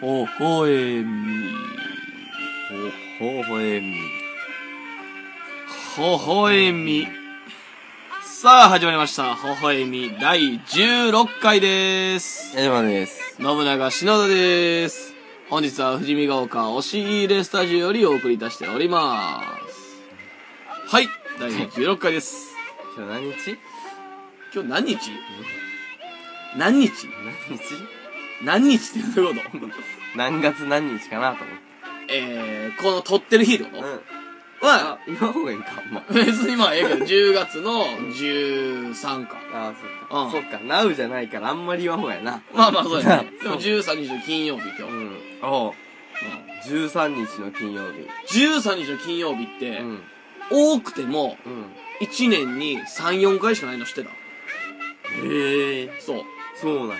ほほえみ。ほほえみ。ほほえみ。さあ、始まりました。ほほえみ第16回です。矢島です。信長篠田です。本日は富士見ヶ丘押し入れスタジオよりお送りいたしております。はい、第16回です。 今日何日今日何日何日何日何日ってどういう こと何月何日かなと思っえー、この撮ってる日ってことて。うん。は、あ、言わん方がいいんか、お前。別にまあええけど、10月の13か。ああ、そっか。うんそっか、なうじゃないからあんまり言わん方がやな。。まあまあそうやねでも13日の金曜日今日。うん。おう。13日の金曜日。 13日の金曜日って、うん。多くてもうん。 1年に3、4回しかないの知ってたへえ。そう。そうなん。だ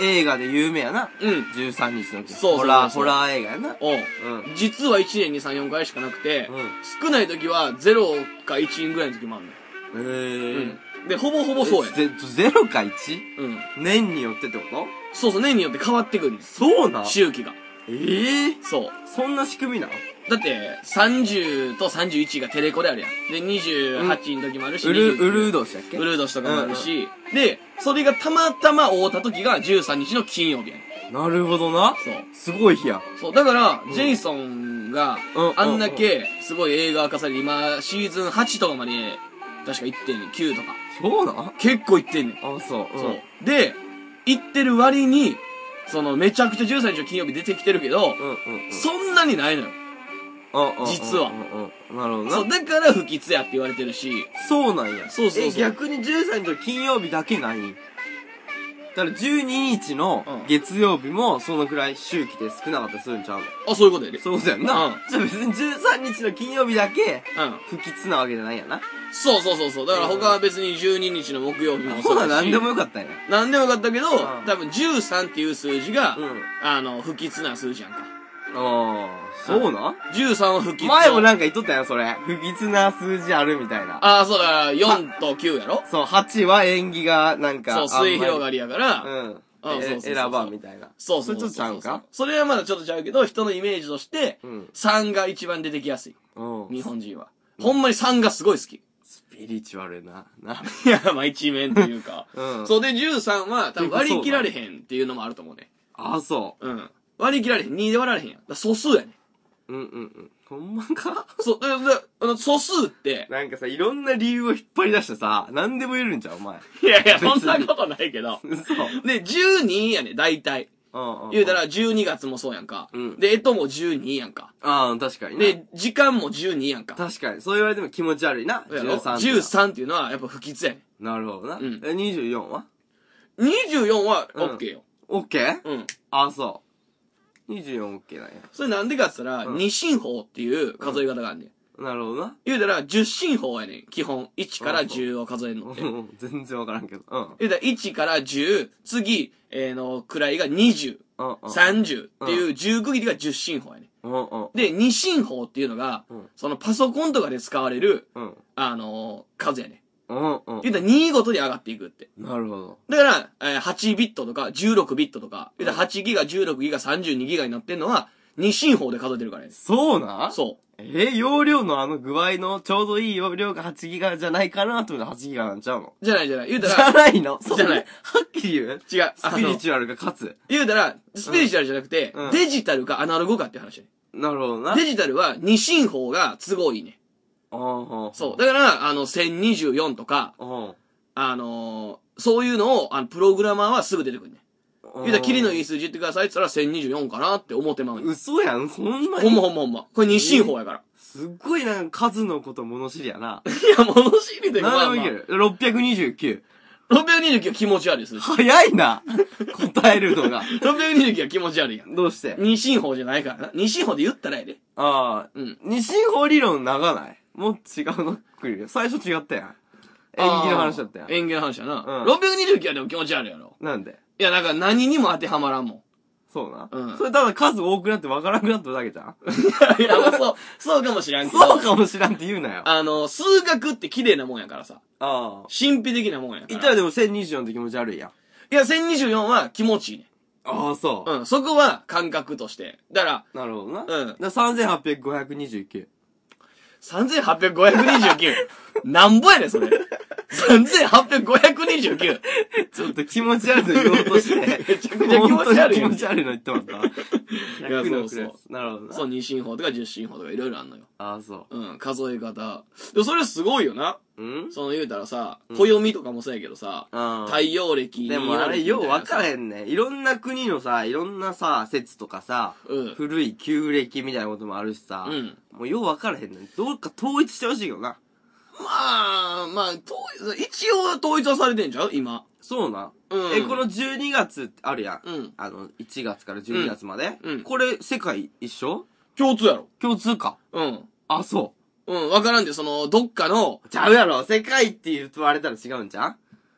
え、映画で有名やな。うん。 13日の金曜日。そうそうそうそうホラー、ホラー映画やな。おううん。実は1年に3、4回しかなくて、う少ない時は0か1ぐらいの時もあるの。ん。へえ。うん。で、ほぼほぼそうやね。えゼゼロか 1? うん。年によってってことそうそう、年によって変わってくるんです。そうな周期が。ええそう。そんな仕組みなのだって、30と31がテレコであるやん。で、28の時もあるし、うる、 29うるう年だっけウルード氏とかもあるし、で、それがたまたま会うた時が13日の金曜日やねん。なるほどな。そう。すごい日や。そう、だから、うんジェイソンがうん、あんだけ、すごい映画化されて、今、シーズン8とかまで、確か行ってんねん、9とか。そうなん結構行ってんねん。あ、そう。そう。で、行ってる割に、その、めちゃくちゃ13日の金曜日出てきてるけど、うん。うんうんうん。そんなにないのよ。うんうんうん実はうんうん。なるほそどう、な。だから不吉やって言われてるし、そうなんや。そうそうそうえ、逆に13日の金曜日だけないだから12日のうん月曜日もそのくらい周期で少なかったりするんちゃうのあ、そういうことやで。うそうだようんな。じゃあ別に13日の金曜日だけん。不吉なわけじゃないやな。そうそうそうそう。だから他は別に12日の木曜日もほそうなだし。何でもよかったんや。なんでもよかったけど、うん多分13っていう数字が、うん。あの、不吉な数字やんか。ああ、そうなん13は不吉。前もな。なんか言っとったやん、それ。不吉な数字あるみたいな。ああ、そうだ、4と9やろそう、8は縁起が、なんか。そう、末広がり。りやから、うん。あそうそうそうそうえ選ばんみたいな。そうそうそうそれそうちょっとちゃうんかそれはまだちょっとちゃうけど、人のイメージとして、うん。 3が一番出てきやすい。うん。日本人は。ほんまに3がすごい好き。スピリチュアルな。 な。いや、まあ一面というか。うん。そうで、13は多分割り切られへんっていうのもあると思うね。あ、そうん。割り切られへん。2で割られへんやん。だから素数やねん。う。うんうんうん。ほんまか そう、だだあの、素数って、なんかさ、いろんな理由を引っ張り出してさ、何でも言えるんじゃん、お 前。いやいや、そんなことないけど。嘘。 で、12やね、大体。うんうん。言うたら、、12月もそうやんか。うんで、えとも12やんか。ああ、確かにね。で、時間も12やんか。確かに。そう言われても気持ち悪いな。やろ13。。 13っていうのは、やっぱ不吉やねなるほどな。うえ、ん24は24は、うんオッケーよ。オッケーうん。あ、そう。24オッケーなんや。それなんでかっつったら、うん二進法っていう数え方があんねん。なるほどな。言うたら、10進法やねん。基本。1から10を数えるのってう。ん全然わからんけど。うん。言うたら、1から10、次、えーの、位が20、うんうん。 30っていう10区切りが10進法やねん。うんうん。で、二進法っていうのが、うんそのパソコンとかで使われる、うん。あのー数やね。うんうん。言うたら2ごとに上がっていくって。なるほど。だから、えー8ビットとか16ビットとか、言うたら8ギガ、16ギガ、32ギガになってんのは、二進法で数えてるからね。そうなんそえー容量のあの具合のちょうどいい容量が8ギガじゃないかなと思って8ギガなんちゃうのう。じゃないじゃない。言うじたゃ ら、ないのそんじゃないはっきり言う違う。スあピリの、チュアルが勝つ。言うたら、スピリチュアルじゃなくて、うんデジタルかアナログかっていう話ね。なるほどな。デジタルは二進法が都合いいね。うんそう。だから、あの、1024とか、うん。あのーそういうのを、あの、プログラマーはすぐ出てくるね。うん。言うたら、キリのいい数字言ってくださいって言ったら、1024かなって思ってまうねん嘘やん、そんなほんまに。ほんまほんま。これ二進法やから。すっごいなんか数のこと物知り やな。いや、物知りでまあ何まであもいける。629。 629は気持ち悪いです。早いな答えるのが。 629は気持ち悪いやん。どうして二進法じゃないからな。二進法で言ったらやで。ああ、うん。二進法理論長ないもう違うのくるよ。最初違ったやん。演技の話だったやあんー。縁起の話やな。うん629はでも気持ち悪いやろ。なんでいや、なんか何にも当てはまらん もん。そうな、うんそれただ数多くなって分からなくなっただけじゃんいや、まあそう、そうかもしらんけど。そうかもしらんって言うなよ。ああの、数学って綺麗なもんやからさ。あ。神秘的なもんやから。言ったらでも1024って気持ち悪いやん。いや、1024は気持ちいいね。ああ、そう。うん、そこは感覚として。だから、なるほどな。うんだから3800,529。 38,529! なんぼやねん、それ。38,529! ちょっと気持ち悪いの言おうとして。めちゃくちゃ気持ち悪い気持ち悪いの言ってまった。いや100のそうそうくら いなるほどな。そう、二進法とか十進法とかいろいろあんのよ。ああ、そうん、数え方。でもそれすごいよな。う。うんその言うたらさ、うん暦とかもそうやけどさ、ああ太。陽暦でもあれ、よう分からん。へんね。いろんな国のさ、いろんなさ、説とかさ、うん。古い旧暦みたいなこともあるしさ、うん。もうよう分からへんね。どうか統一してほしいけどな。まあ、まあ、統一、一応統一はされてんちゃう今。そうな。うん。え、この12月ってあるやん。うん。あの、1月から12月まで。うんうんこれ、世界一緒共通やろ。共通か。うん。あ、そうん、わからんで、その、どっかの、う。ちゃうやろ。世界って言われたら違うんじゃん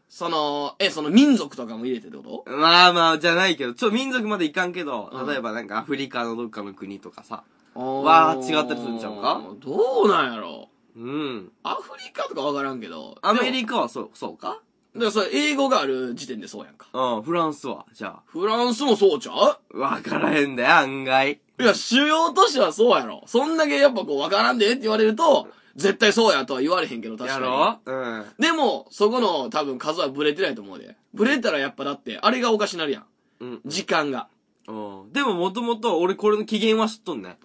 その、え、その民族とかも入れてってことまあまあ、じゃないけど、ちょ、民族までいかんけど、うん例えばなんかアフリカのどっかの国とかさ。わー違ったりするんちゃうかどうなんやろうん。アフリカとかわからんけど。アメリカはそう、そうかでもだからそれ英語がある時点でそうやんか。うん、フランスは、じゃフランスもそうちゃあ。わからへんだよ、案外。ういや、主要都市はそうやろ。そんだけやっぱこう、わからんでって言われると、絶対そうやとは言われへんけど、確かやに。ろうん。でも、そこの多分数はブレてないと思うで。ブレたらやっぱだって、あれがおかしなるやん。うん。時間が。うん。でももともと、俺これの起源は知っとんね。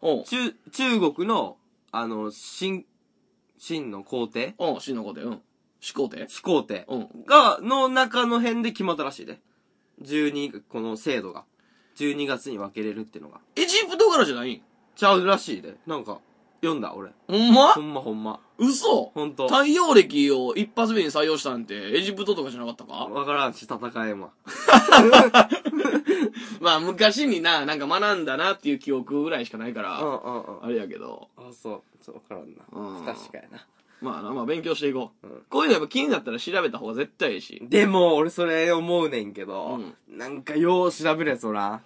おう。中、中国の、あの、秦、秦の皇帝おう、死の子で、うん。始皇帝始皇帝うん。が、の中の辺で決まったらしいで。12、この制度が。12月に分けれるってのが。エジプトからじゃないんちゃうらしいで。なんか、読んだ、俺。ほんまほんまほんま。嘘ほんと。太陽暦を一発目に採用したんて、エジプトとかじゃなかったかわからんし、戦えんわ。まあ、昔にな、なんか学んだなっていう記憶ぐらいしかないから、うんうんうん。あれやけど。あ、そう。ちょっとわからんな。うん確かやな。まあな、まあ勉強していこう。うんこういうのやっぱ気になったら調べた方が絶対いいし。でも、俺それ思うねんけど、なんかよう調べるやつおらん。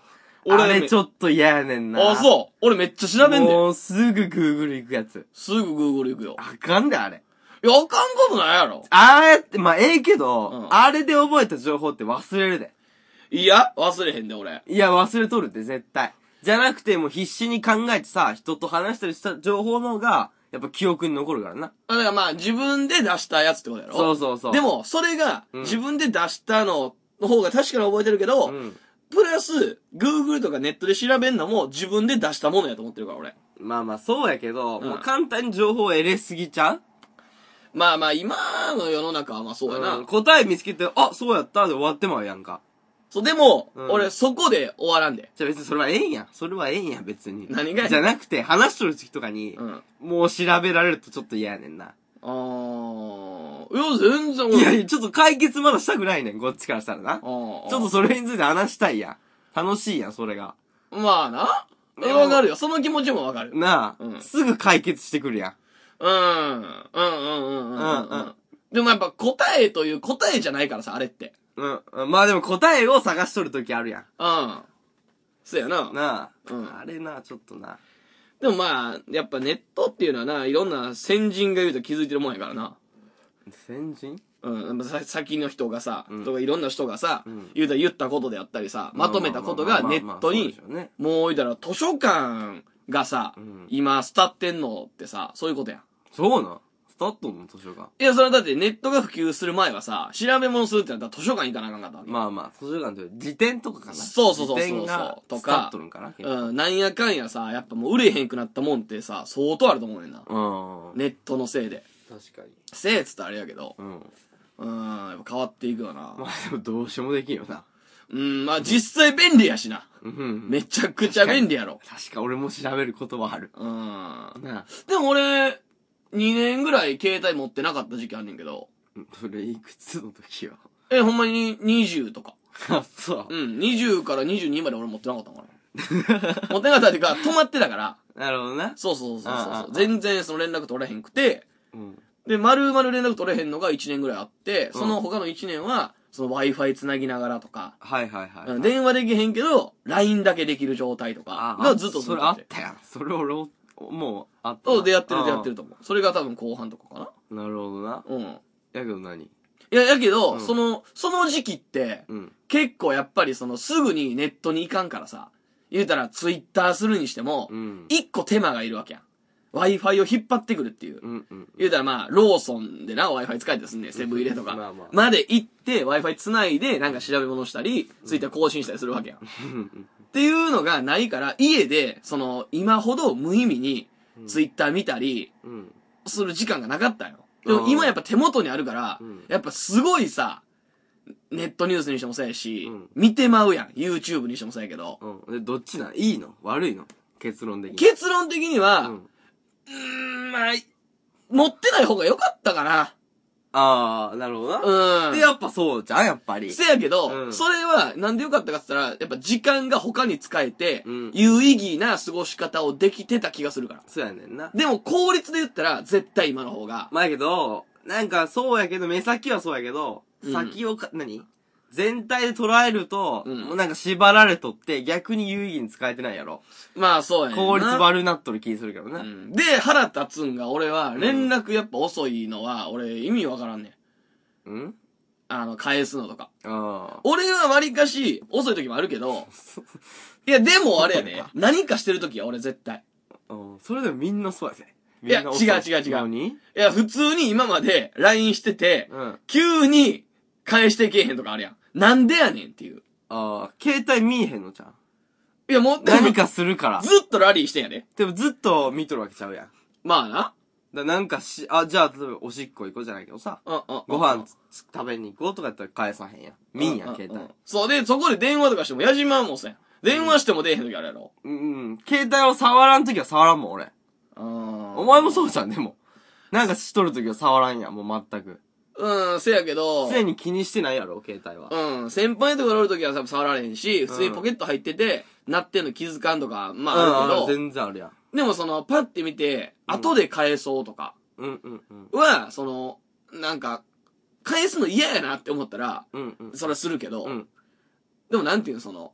俺あれちょっと嫌やねんな。あ、そう。俺めっちゃ調べんで。もうすぐ Google 行くやつ。すぐ Google 行くよ。あかんで、あれ。いや、あかんことないやろ。ああやって、まあ、ええけど、うんあれで覚えた情報って忘れるで。いや、忘れへんで、俺。いや、忘れとるって、絶対。じゃなくて、もう必死に考えてさ、人と話したりした情報の方が、やっぱ記憶に残るからな。あだからまあ、自分で出したやつってことやろ。そうそうそう。で、も、それが、うん自分で出したの、の方が確かに覚えてるけど、うん。プラス、Google とかネットで調べんのも自分で出したものやと思ってるから、俺。まあまあ、そうやけど、うんもう簡単に情報を得れすぎちゃうまあまあ、今の世の中はまあそうやな。うん答え見つけて、あ、そうやったで終わってまうやんか。そう、でも、うん俺そこで終わらんで。じゃあ別にそれはええんや。それはええんや、別に。何がやねんじゃなくて、話しとる時とかにう、ん。もう調べられるとちょっと嫌やねんな。あー。いや、全然俺。いやいや、ちょっと解決まだしたくないねん、こっちからしたらな。あーちょっとそれについて話したいやん。楽しいやん、それが。まあな。え、でもわかるよ。その気持ちもわかる。うん。なあ、うんすぐ解決してくるやん。うんうんうんうんうん。うんうんでもやっぱ答えという答えじゃないからさ、あれって。うんうん。まあでも答えを探しとるときあるやうん。そうやな。ん。なあ。うんあれな、ちょっとな。でもまあ、やっぱネットっていうのはな、いろんな先人が言うと気づいてるもんやからな。先人うん、さ先の人がさ、うんとかいろんな人がさ、うん言うたら言ったことであったりさ、まとめたことがネットに、まあまあまあまあまあそうでしょうねもう言うたら図書館がさ、うん今伝ってんのってさ、そういうことやん。そうなん。スタッドの図書館。いや、それはだってネットが普及する前はさ、調べ物するってなったら図書館行かなあかんかったわけ。まあまあ、図書館というより辞典とかかな。そうそうそうそうそう辞典がとかスタッドのかな。結構うん、なんやかんやさ、やっぱもう売れへんくなったもんってさ、相当あると思うねんな。うん。ネットのせいで。確かに。せいっつったらあれやけど、うん。うん、やっぱ変わっていくよな。まあでもどうしようもできんよな。うん、まあ実際便利やしな。うん。めちゃくちゃ便利やろ。確か俺も調べることはある。うん。なあ。でも俺、2年ぐらい携帯持ってなかった時期あんねんけど、うんそれいくつの時よ。 え、ほんまに20とか。あ、そうう。ん、20から22まで俺持ってなかったのかな。 持ってなかったっていうか、止まってたから、なるほどな。そうそうそうそうああそあう、全然その連絡取れへんくて、うん。で、丸々連絡取れへんのが1年ぐらいあって、その他の1年は、その Wi-Fi 繋ぎながらとか、はいはいはい。うん電話できへんけど、LINE だけできる状態とかあ、がずっとそ続れいあってて。たやん。それ俺も、もう、あったな。そう、でやってるでやってる。ると思う。それが多分後半とかかなるほどな。な。うん。やけど何いや、やけど、うんその、その時期って、うん。結構やっぱりその、すぐにネットに行かんからさ、言うたらツイッターするにしてもう、ん。一個手間がいるわけやん。Wi-Fi を引っ張ってくるっていう。うんうん。言うたらまあ、ローソンでな、Wi-Fi 使えてすんねん、セブン入れとか。まあまあまで行って、Wi-Fi 繋いで、なんか調べ物したり、ツイッター更新したりするわけやん。っていうのがないから、家で、その、今ほど無意味に、ツイッター見たり、うん。する時間がなかったんよ。でもうん今やっぱ手元にあるから、うんやっぱすごいさ、ネットニュースにしてもそうやし、うん見てまうやん。YouTube にしてもそうやけど。うん。で、どっちなんいいの悪いの結論的に。結論的には、う。うんーん、まあ、持ってない方が良かったかな。あー、なるほどな。うん。で、やっぱそうじゃんやっぱり。せやけど、うんそれはなんでよかったかって言ったら、やっぱ時間が他に使えて、うん有意義な過ごし方をできてた気がするから。そうやねんな。でも効率で言ったら、絶対今の方が。まあやけど、なんかそうやけど、目先はそうやけど、うん先をか、何全体で捉えると、うんもうなんか縛られとって、逆に有意義に使えてないやろ。まあそうやねんな効率悪なっとる気するけどうね。んで、腹立つんが、俺は、連絡やっぱ遅いのは、俺、意味わからんねん。うんあの、返すのとか。あ俺はわりかし、遅い時もあるけ ど、いや、でもあれやね、何かしてる時は俺絶対。あ。うんそれでもみんなそうやぜ。いやみんな遅い違う違う違う何いや、普通に今まで LINE してて、うん。あ急に返してけえへんとかあるやん。なんでやねんっていう。あ、携帯見えへんのじゃん。いや、もう、何かするからず。っとラリーしてんやで。でもずっと見とるわけちゃうやん。まあな。だなんかし、あ、じゃあ、例えばおしっこ行こうじゃないけどさ、うんうん。ご飯つつ食べに行こうとかやったら返さへんやん。見んや、うんうう携帯。そう、で、そこで電話とかしても、矢島もさ、電話しても出えへん時あるやろ。うん、携帯を触らんときは触らんもん、俺。おお前もそうじゃん、でも。なんかしとるときは触らんやん、もう全く。うん、せやけど、常に気にしてないやろ、携帯は。うん、先輩とかおるときはさ触られへんし、普通にポケット入ってて、鳴ってんの気づかんとか、まああるけど、全然あるやん。でもその、パッて見て、後で返そうとかうんうんうん。は、その、なんか、返すの嫌やなって思ったら、うんうん。それはするけど、うんでもなんていうの、その、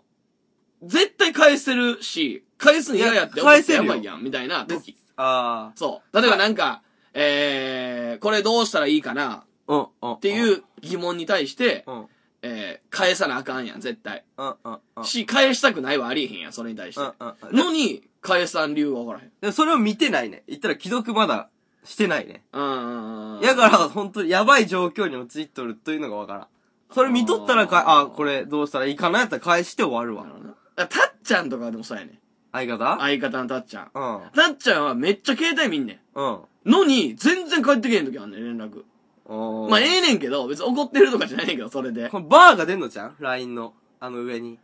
絶対返せるし、返すの嫌やって思いやっ返せてるやよばいやん、みたいな時。あそう。例えばなんか、えー、これどうしたらいいかなあ。うんうん。っってう。いう疑問に対して、うん。うんえー、返さなあかんやん、絶対。うんうん。うんし、返したくないはありえへんやん、それに対しうんて。うん。でのに、返さん理由がわからへん。でもそれを見てないね。言ったら既読まだしてないね。うんうんうん。やから、本当にやばい状況に陥っとるというのがわからん。それ見とったらか、ああーこれどうしたらいいかなやったら返して終わるなるわ。ほどなあたっちゃんとかでもそうやねん。相方相方のたっちゃん。うん。たっちゃんはめっちゃ携帯見んねうん。ん。のに、全然帰ってけへん時あんねん、連絡。おーまあ、ええねんけど、別に怒ってるとかじゃないねんけど、それで。このバーが出んのじゃん ?LINE の。あの上に。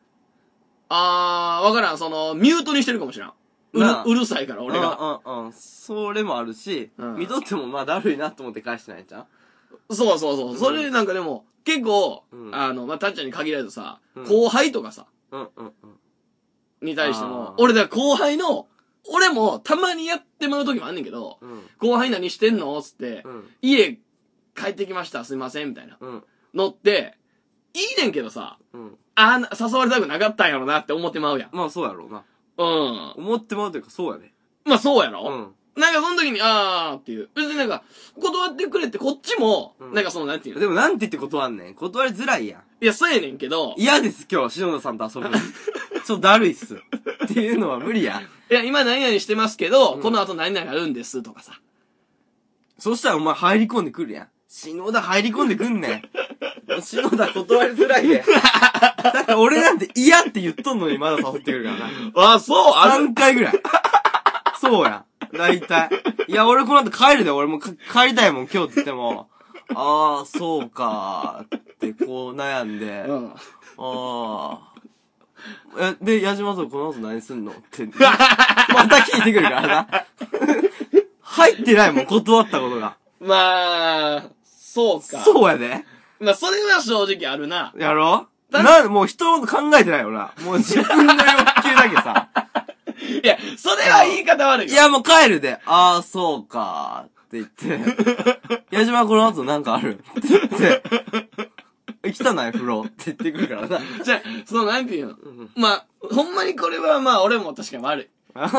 あー、わからん、その、ミュートにしてるかもしらん。うるなあ、うるさいから、俺が。うんうんうん。それもあるし、うん見とってもまあだるいなと思って返してないじゃんそうそうそう。それなんかでも、結構う、んあの、まあ、たっちゃんに限らずさ、うん後輩とかさ、うんうんうん。に対してもあ、ー俺だから後輩の、俺もたまにやってもらう時もあんねんけど、うん。後輩何してんのつって、うん。家帰ってきました、すいません、みたいな。うん。のって、いいねんけどさ、うん。あーな誘われたくなかったんやろなって思ってまうやん。まあそうやろうな。うん。思ってもらうというかそうやね。まあそうやうろ、ん。なんかその時に、あーっていう。別になんか、断ってくれってこっちも、うんなんかその、なんていうのでもなんて言って断んねん。断りづらいやん。いや、そうやねんけど、嫌です今日、篠田さんと 遊ぶの。ちょっとだるいっす。っていうのは無理や。いや、今何々してますけど、うんこの後何々あるんですとかさ。そしたらお前入り込んでくるやん。篠田入り込んでくんねん。篠田断りづらいね。だって俺なんて嫌って言っとんのにまだ誘ってくるからな。あ、そう、 3回ぐらい。そうやん。大体。いや、俺この後帰るで、俺もうか帰りたいもん、今日って言っても。ああ、そうかーって、こう悩んで。うあん。あー。え、で、矢島さんこの後何すんのって。また聞いてくるからな。入ってないもん、断ったことが。まあ、そうか。そうやで。まあ、それは正直あるな。やろだなん、もう人のこと考えてないよな。もう自分の欲求だけさ。いや、それは言い方悪い いよ。や、もう帰るで。ああ、そうかーって言 って。矢島この後なんかあるって言って。え汚い風呂って言ってくるからな。じゃあその、なんていうのん。まあ、ほんまにこれはまあ、俺も確かに悪い。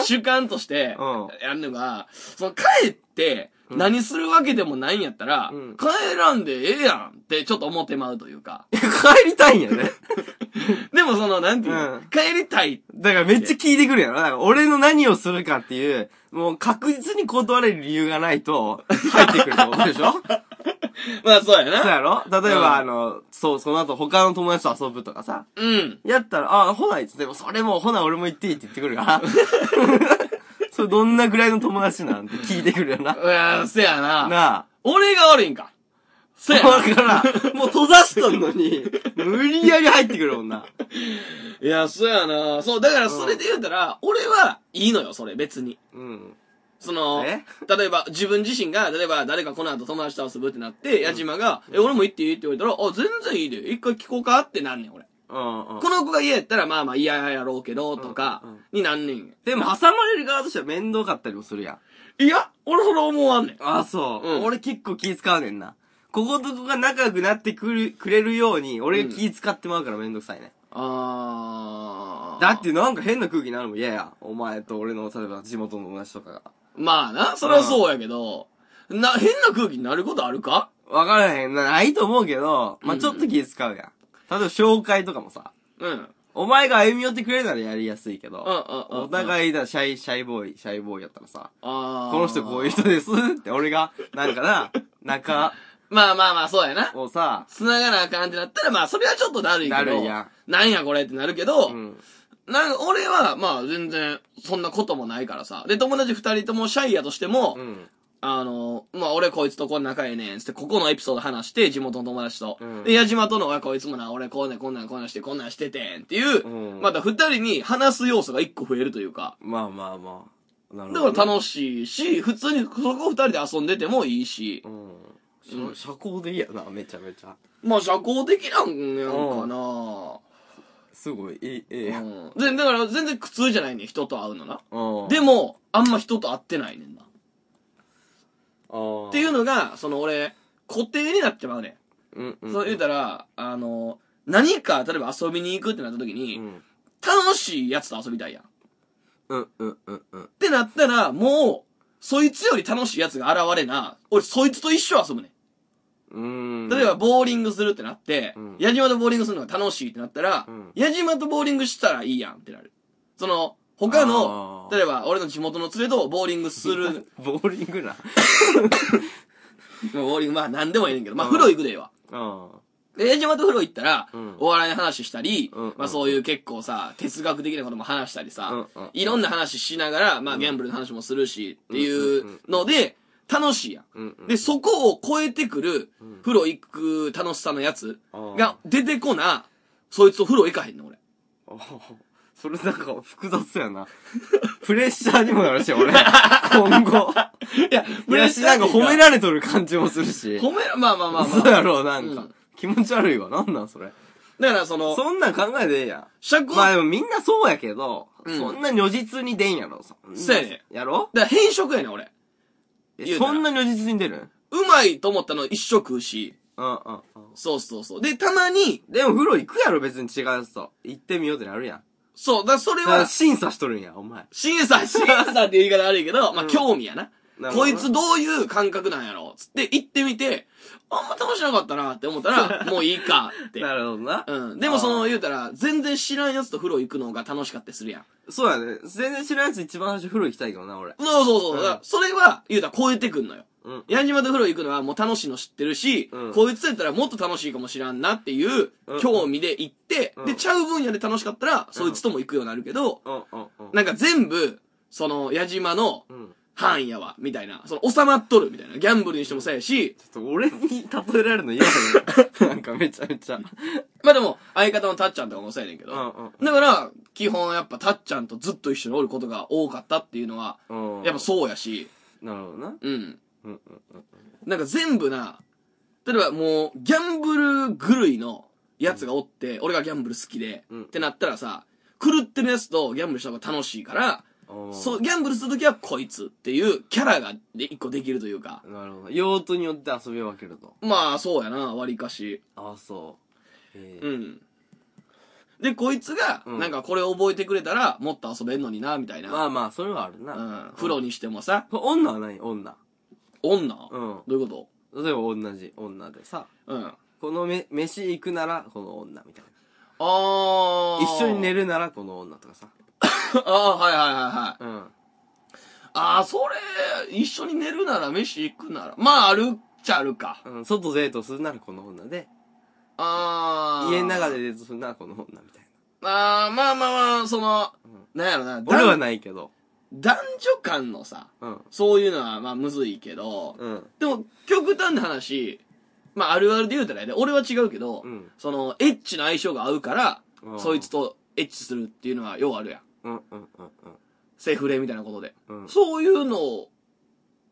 主観として う、やるのが、その、帰って、何するわけでもないんやったら、うん帰らんでええやんってちょっと思ってまうというか。帰りたいんやね。でもその、なんていうの、うん帰りたい。だからめっちゃ聞いてくるやろ。だから俺の何をするかっていう、もう確実に断れる理由がないと、入ってくるってことでし ょまあそうやそうな。やろ例えば、うんあの、そう、その後他の友達と遊ぶとかさ。うん。やったら、あ、ほな、いつでもそれも、ほな、俺も行っていいって言ってくるから。 それどんなぐらいの友達なんて聞いてくるよな。うわせやな。なあ。俺が悪いんか。せだやな。から、もう閉ざしとんのに、無理やり入ってくるもんな。 いや、そやな。そう、だからそれで言うたら、俺はいいのよ、それ、別に。うん。その、え例えば、自分自身が、例えば、誰かこの後友達と遊ぶってなって、矢島が、え、俺も行っていいって言われたら、あ、全然いいで、一回聞こうかってなんねん、俺。うんうん。この子が嫌やったら、まあまあ嫌やろうけど、とかうんうん、になんねんや。でも、挟まれる側としては面倒かったりもするやん。いや、俺それ思わんねん。あ、そう。うん俺結構気使うねんな。こことここが仲良くなってくる、くれるように、俺が気使ってまうからめんどくさいね。あー。だってなんか変な空気になるもん嫌や。お前と俺の、例えば地元の友達とかが。まあな、それはそうやけど、な、変な空気になることあるかわからへんな。ないと思うけど、まあうんちょっと気使うやん。例えば紹介とかもさ、うん。うんお前が歩み寄ってくれるならやりやすいけど、うんうん。おい、互いだ、シャイ、シャイボーイ、シャイボーイやったらさ、あーこの人こういう人ですって俺が、なんかな、仲まあまあまあ、そうやな。をさ、繋がなあかんってなったら、まあ、それはちょっとだるいけど。だるいやなんやこれってなるけど、うん。なんか俺は、まあ、全然、そんなこともないからさ。で、友達二人ともシャイやとしても、うん。あの、まあ、俺こいつとこん仲ええねん、つって、ここのエピソード話して、地元の友達と。うんで、矢島との、おいこいつもな、俺こうね、こんなんこんなんして、こんなんしててんっていう、うんまた二人に話す要素が一個増えるというか。まあまあまあ。なるだから楽しいし、普通にそこ二人で遊んでてもいいし、うん。社交でいいやな、めちゃめちゃ。まあ社交的なんやんかな、すごい、いい、ええやん。うん、でだから全然苦痛じゃないね人と会うのな、うん。でもあんま人と会ってないねんな、もっていう、のがその俺固定になってまうね、、うんうんん。そう言うたらあの何か例えば遊びに行くってなった時に、うん。楽しいやつと遊びたいやんっうんうんうんうん。てなったらもうそいつより楽しいやつが現れな俺そいつと一緒遊ぶねうん。ん例えば、ボーリングするってなって、うん矢島とボーリングするのが楽しいってなったら、うん矢島とボーリングしたらいいやんってなるその他のあー例えば、俺の地元の連れとボーリングす る、ボーリングな。ボーリング、まあ何でもいいねんけど、まあうん風呂行くでええわ。うん。で、矢島と風呂行ったらうん、お笑いの話したりうん、まあそういう結構さ、哲学的なことも話したりさうんうん、いろんな話しながら、まあギャンブルの話もするしっていうので、楽しいや。うんうんんで、そこを超えてくる、風呂行く楽しさのやつが出てこな、そいつと風呂行かへんの俺。おー それなんか複雑やな。 プレッシャーにもなるし、俺。今後。いや、 プレッシャーなんか褒められとる感じもするし。褒めら、まあまあまあまあ。そうやろ、なんうかん。気持ち悪いわ。なんなんそれ。だからその、そんなん考えでええやん。社交、まあだでもみんなそうやけど、うんそんな如実に出んやろ、そんなそうやねやろから変色やねん俺。え言うたらそんな如実に出るうまいと思ったの一緒食うし、うんうんうん。そうそうそう。で、たまに、でも風呂行くやろ、別に違うやつと。行ってみようってなるやん。そう、だからそれだからは、審査しとるんや、お前。審査、審査って言い方悪いけど、まあ、うん興味やな。なるほこどいつどういう感覚なんやろつって行ってみて、あんま楽しなかったなって思ったら、もういいかって。なるほどな。うん。でもそあのー言うたら、全然知らんやつと風呂行くのが楽しかったりするやん。そうやね。全然知らんやつ一番最初風呂行きたいけどな、俺。そうそうそう。うんだからそれは、言うたら超えてくんのよ。うん。矢島と風呂行くのはもう楽しいの知ってるし、うんこいつやったらもっと楽しいかもしらんなっていううん興味で行って、うんで、ちゃう分野で楽しかったら、そいつとも行くようになるけど、うんうんうん。なんか全部、その、矢島のうん。範囲やわ、みたいな。その、収まっとる、みたいな。ギャンブルにしてもそうやし、ちょっと俺に例えられるの嫌だね。 なんかめちゃめちゃ。まあでも、相方のたっちゃんとかもそうやねんけうど。んうんだから、基本やっぱたっちゃんとずっと一緒におることが多かったっていうのは、うん。やっぱそうやし、なるほどな。うん。うんうんうん。なんか全部な、例えばもう、ギャンブル狂いのやつがおって、俺がギャンブル好きで、うんってなったらさ、狂ってるやつとギャンブルした方が楽しいから、おーそう、ギャンブルするときはこいつっていうキャラがで一個できるというか。なるほど。用途によって遊び分けると。まあ、そうやな、割かし。ああ、そう。へえうん。で、こいつが、うんなんかこれ覚えてくれたら、もっと遊べんのにな、みたいな。まあまあ、それはあるな。うん。風呂にしてもさ、これ女は何女。女どうういうこん。例えば同じ女でさ、とうん。あこのめ、飯行くならこの女みたいあな。一緒に寝 る。るならこの女とかさ。ああ、はいはいはいはい。うん。ああ、それ、一緒に寝るなら、飯行くなら。まあ、あるっちゃあるか。うん、外デートするならこの女で、ああ。家の中で。デートするならこの女みたいああ、まあまあまあ、その、なんやろな。な。俺は男ないけど。男女間のさ、うん。そういうのは、まあ、むずいけど、うん。でも、極端な話、まあ、あるあるで言うたらやで、俺は違うけど、うんその、エッチの相性が合うから、うんそいつとエッチするっていうのは、ようあるやん。うんうんうんセフレみたいなことで。うん。うん。そういうの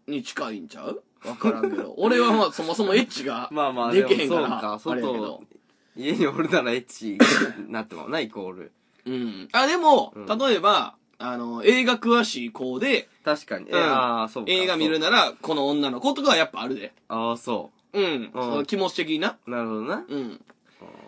に近いんちゃうわからんけ ど。俺はまあ、そもそもエッチが、まあまあ、できへんかもら。そうあか、れやけ外ど、。家におるならエッチになってもない、イコール。うん。あ、でも、うん例えば、あの、映画詳しい子で、確かに。えうんああ、そうか。映画見るな。なら、この女の子とかはやっぱあるで。ああ、そうん。その気持ち的にな。う。なるほどな。うん。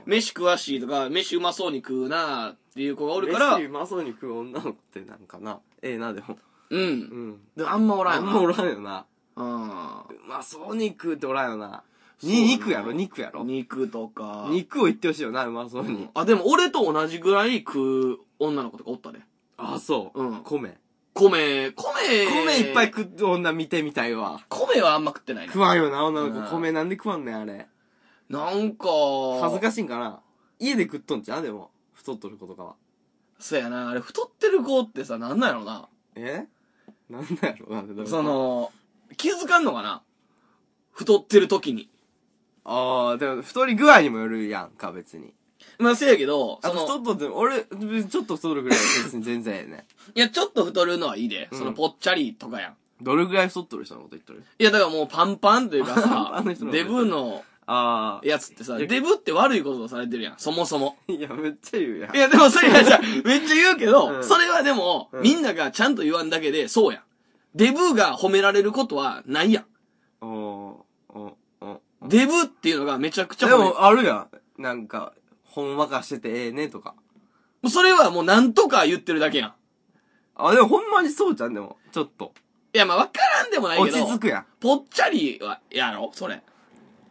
飯詳しいとか、飯うまそうに食うなっていう子がおるから飯、うまそうに食う女の子ってなんかな。ええな、でも。う。うんん。であんまおらんあよんな。まおらんよな。うん。うまそうに食うっておらんよな。そうだに、な肉やろ、肉やろ。肉とか。肉を言ってほしいよな、うまそうに。あ、でも俺と同じぐらい食う女の子とかおったで。ああ、そう。うん米。米、米。米いっぱい。食う女見てみたいわ。米はあんま食ってないね食。わんよな、女の子。うん米なんで食わんねん、あれ。なんか。恥ずかしいんかな。家で食っとんじゃん、でも。太っとる子とかは。そうやな。あれ、太ってる子ってさ、なんなんやろな。えなんだやろ、なんでだろうそ。の、気づかんのかな太ってる時に。ああ、でも、太り具合にもよるやんか、別に。まあ、せやけど、あそと、の、太っとっても、俺、ちょっと太るぐらいは別に全然ええね。いや、ちょっと太るのはいいで。うんその、ぽっちゃりとかやん。どれぐらい太っとる人のこと言っとるいや、だからもうパンパンというかパンパさンの人、のデブのあやつってさ、いやデブって悪いことをされてるやん、そもそも。あ。いや、めっちゃ言うやん。いや、でもそれはじゃあめっちゃ言うけど、うんそれはでも、うんみんながちゃんと言わんだけで、そうやん。デブが褒められることはないやおおおおん。デブっていうのがめちゃくちゃで褒めるも、あるやん。なんか、ほんわかしててええねとか。もうそれはもうなんとか言ってるだけやん。あ、でもほんまにそうじゃん、でも。ちょっと。いや、まあわからんでもない落けどち、着くやん。ぽっちゃりは、やろそれ。い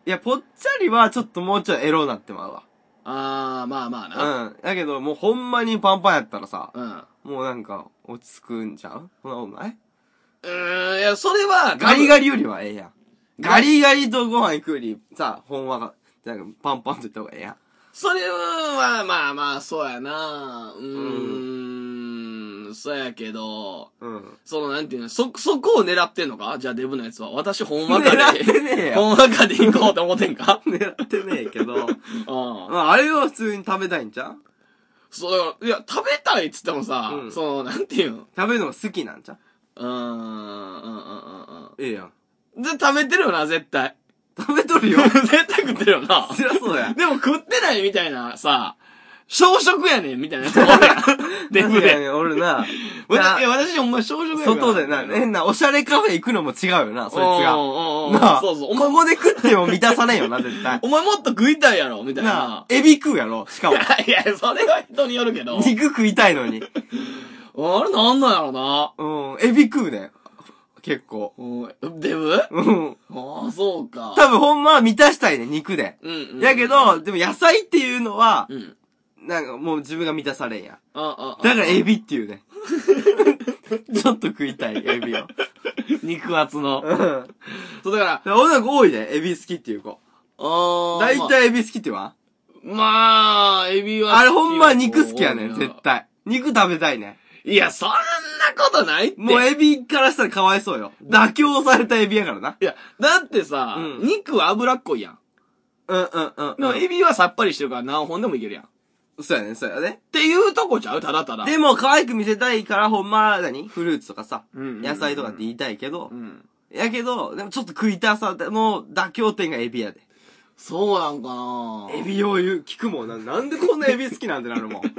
や、ぽっちゃりはちょっともうちょいエロなってまうわ。あー、まあまあな。うん。だけど、もうほんまにパンパンやったらさ、うん。うもうなんか、落ち着くんちゃうそんなことないーん、いや、それは、ガリガリ。リよりはええやん。ガリガリとご飯行くより、さ、ほんわか、なんかパンパンと言った方がええやん。それは、まあまあ、そうやな。うーん、そうやけど、うん。その、なんていうの、そ、そこを狙ってんのかじゃあ、デブのやつは。私、ほんわか狙っで。てねえやほんわん。かで行こうと思ってん か狙ってねえけ ど。うん。まあ、あれは普通に食べたいんちゃうそう、だから、いや、食べたいっつってもさ、うんその、なんていうの食べるのが好きなんちゃううーん、うん、うん、うん、うん。ええやん。で、食べてるよな、絶対。 食べとるよ。絶対食ってるよな。そりゃそうや。でも食ってないみたいなさ、小食やねんみたいな やつおるやん。デブで。で。俺な、わたいなや、私ほんま小食やから外でな、変な、おしゃれカフェ行くのも違うよな、そいつが。おなあ、そうそう。お前ここで食っても満たさねえよ な、絶対。お前もっと食いたいやろみたいなあな、。エビ食うやろ、しかも。いや、それは人によるけど。肉食いたいのに。あれなんなんやろな。うん、エビ食うねん。結構。うんデブあうん。あ、そうか。多分ほんまは満たしたいね、肉で。うんうんうん。やけど、でも野菜っていうのはう、ん。なんかもう自分が満たされんやん。ああ、あだからエビっていうね。 ちょっと食いたい、エビを。肉厚の。うん。そう、だから、だから女の子多いね、エビ好きっていう子。あー大。体エビ好きって言わんまあ、エビは好きよ。あれほんま肉好きやねん、多いな絶。対。肉食べたいね。いや、そんなことないって。もうエビからしたらかわいそうよ。妥協されたエビやからな。いや、だってさ、うん肉は脂っこいやん。うんうんうん。でもエビはさっぱりしてるから何本でもいけるやん。っそうやね、そうやね。ていうとこちゃうただただ。でも可愛く見せたいからほんまは何フルーツとかさ、うんうんうん野菜とかって言いたいけどう、ん。やけど、でもちょっと食いたさの妥協点がエビやで。そうなんかなエビを言う、聞くもんな。なんでこんなエビ好きなんてなるもん。い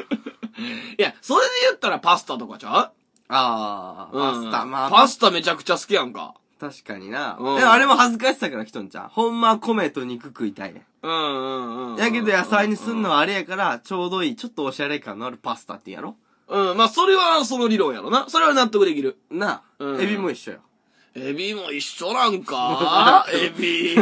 や、それで言ったらパスタとかちゃ ああ、うパスタ、うんまあ、パスタめちゃくちゃ好きやんか。確かにな。うんでもあれも恥ずかしさから来とんちゃう。ほんまは米と肉食いたいね。うんうんうんうん。やけど野菜にすんのはあれやから、ちょうどいい、ちょっとおしゃれ感のあるパスタって言うんやろうん、まあそれはその理論やろな。それは納得できる。なあ、うんエビも一緒よ。エビも一緒なん かエビ。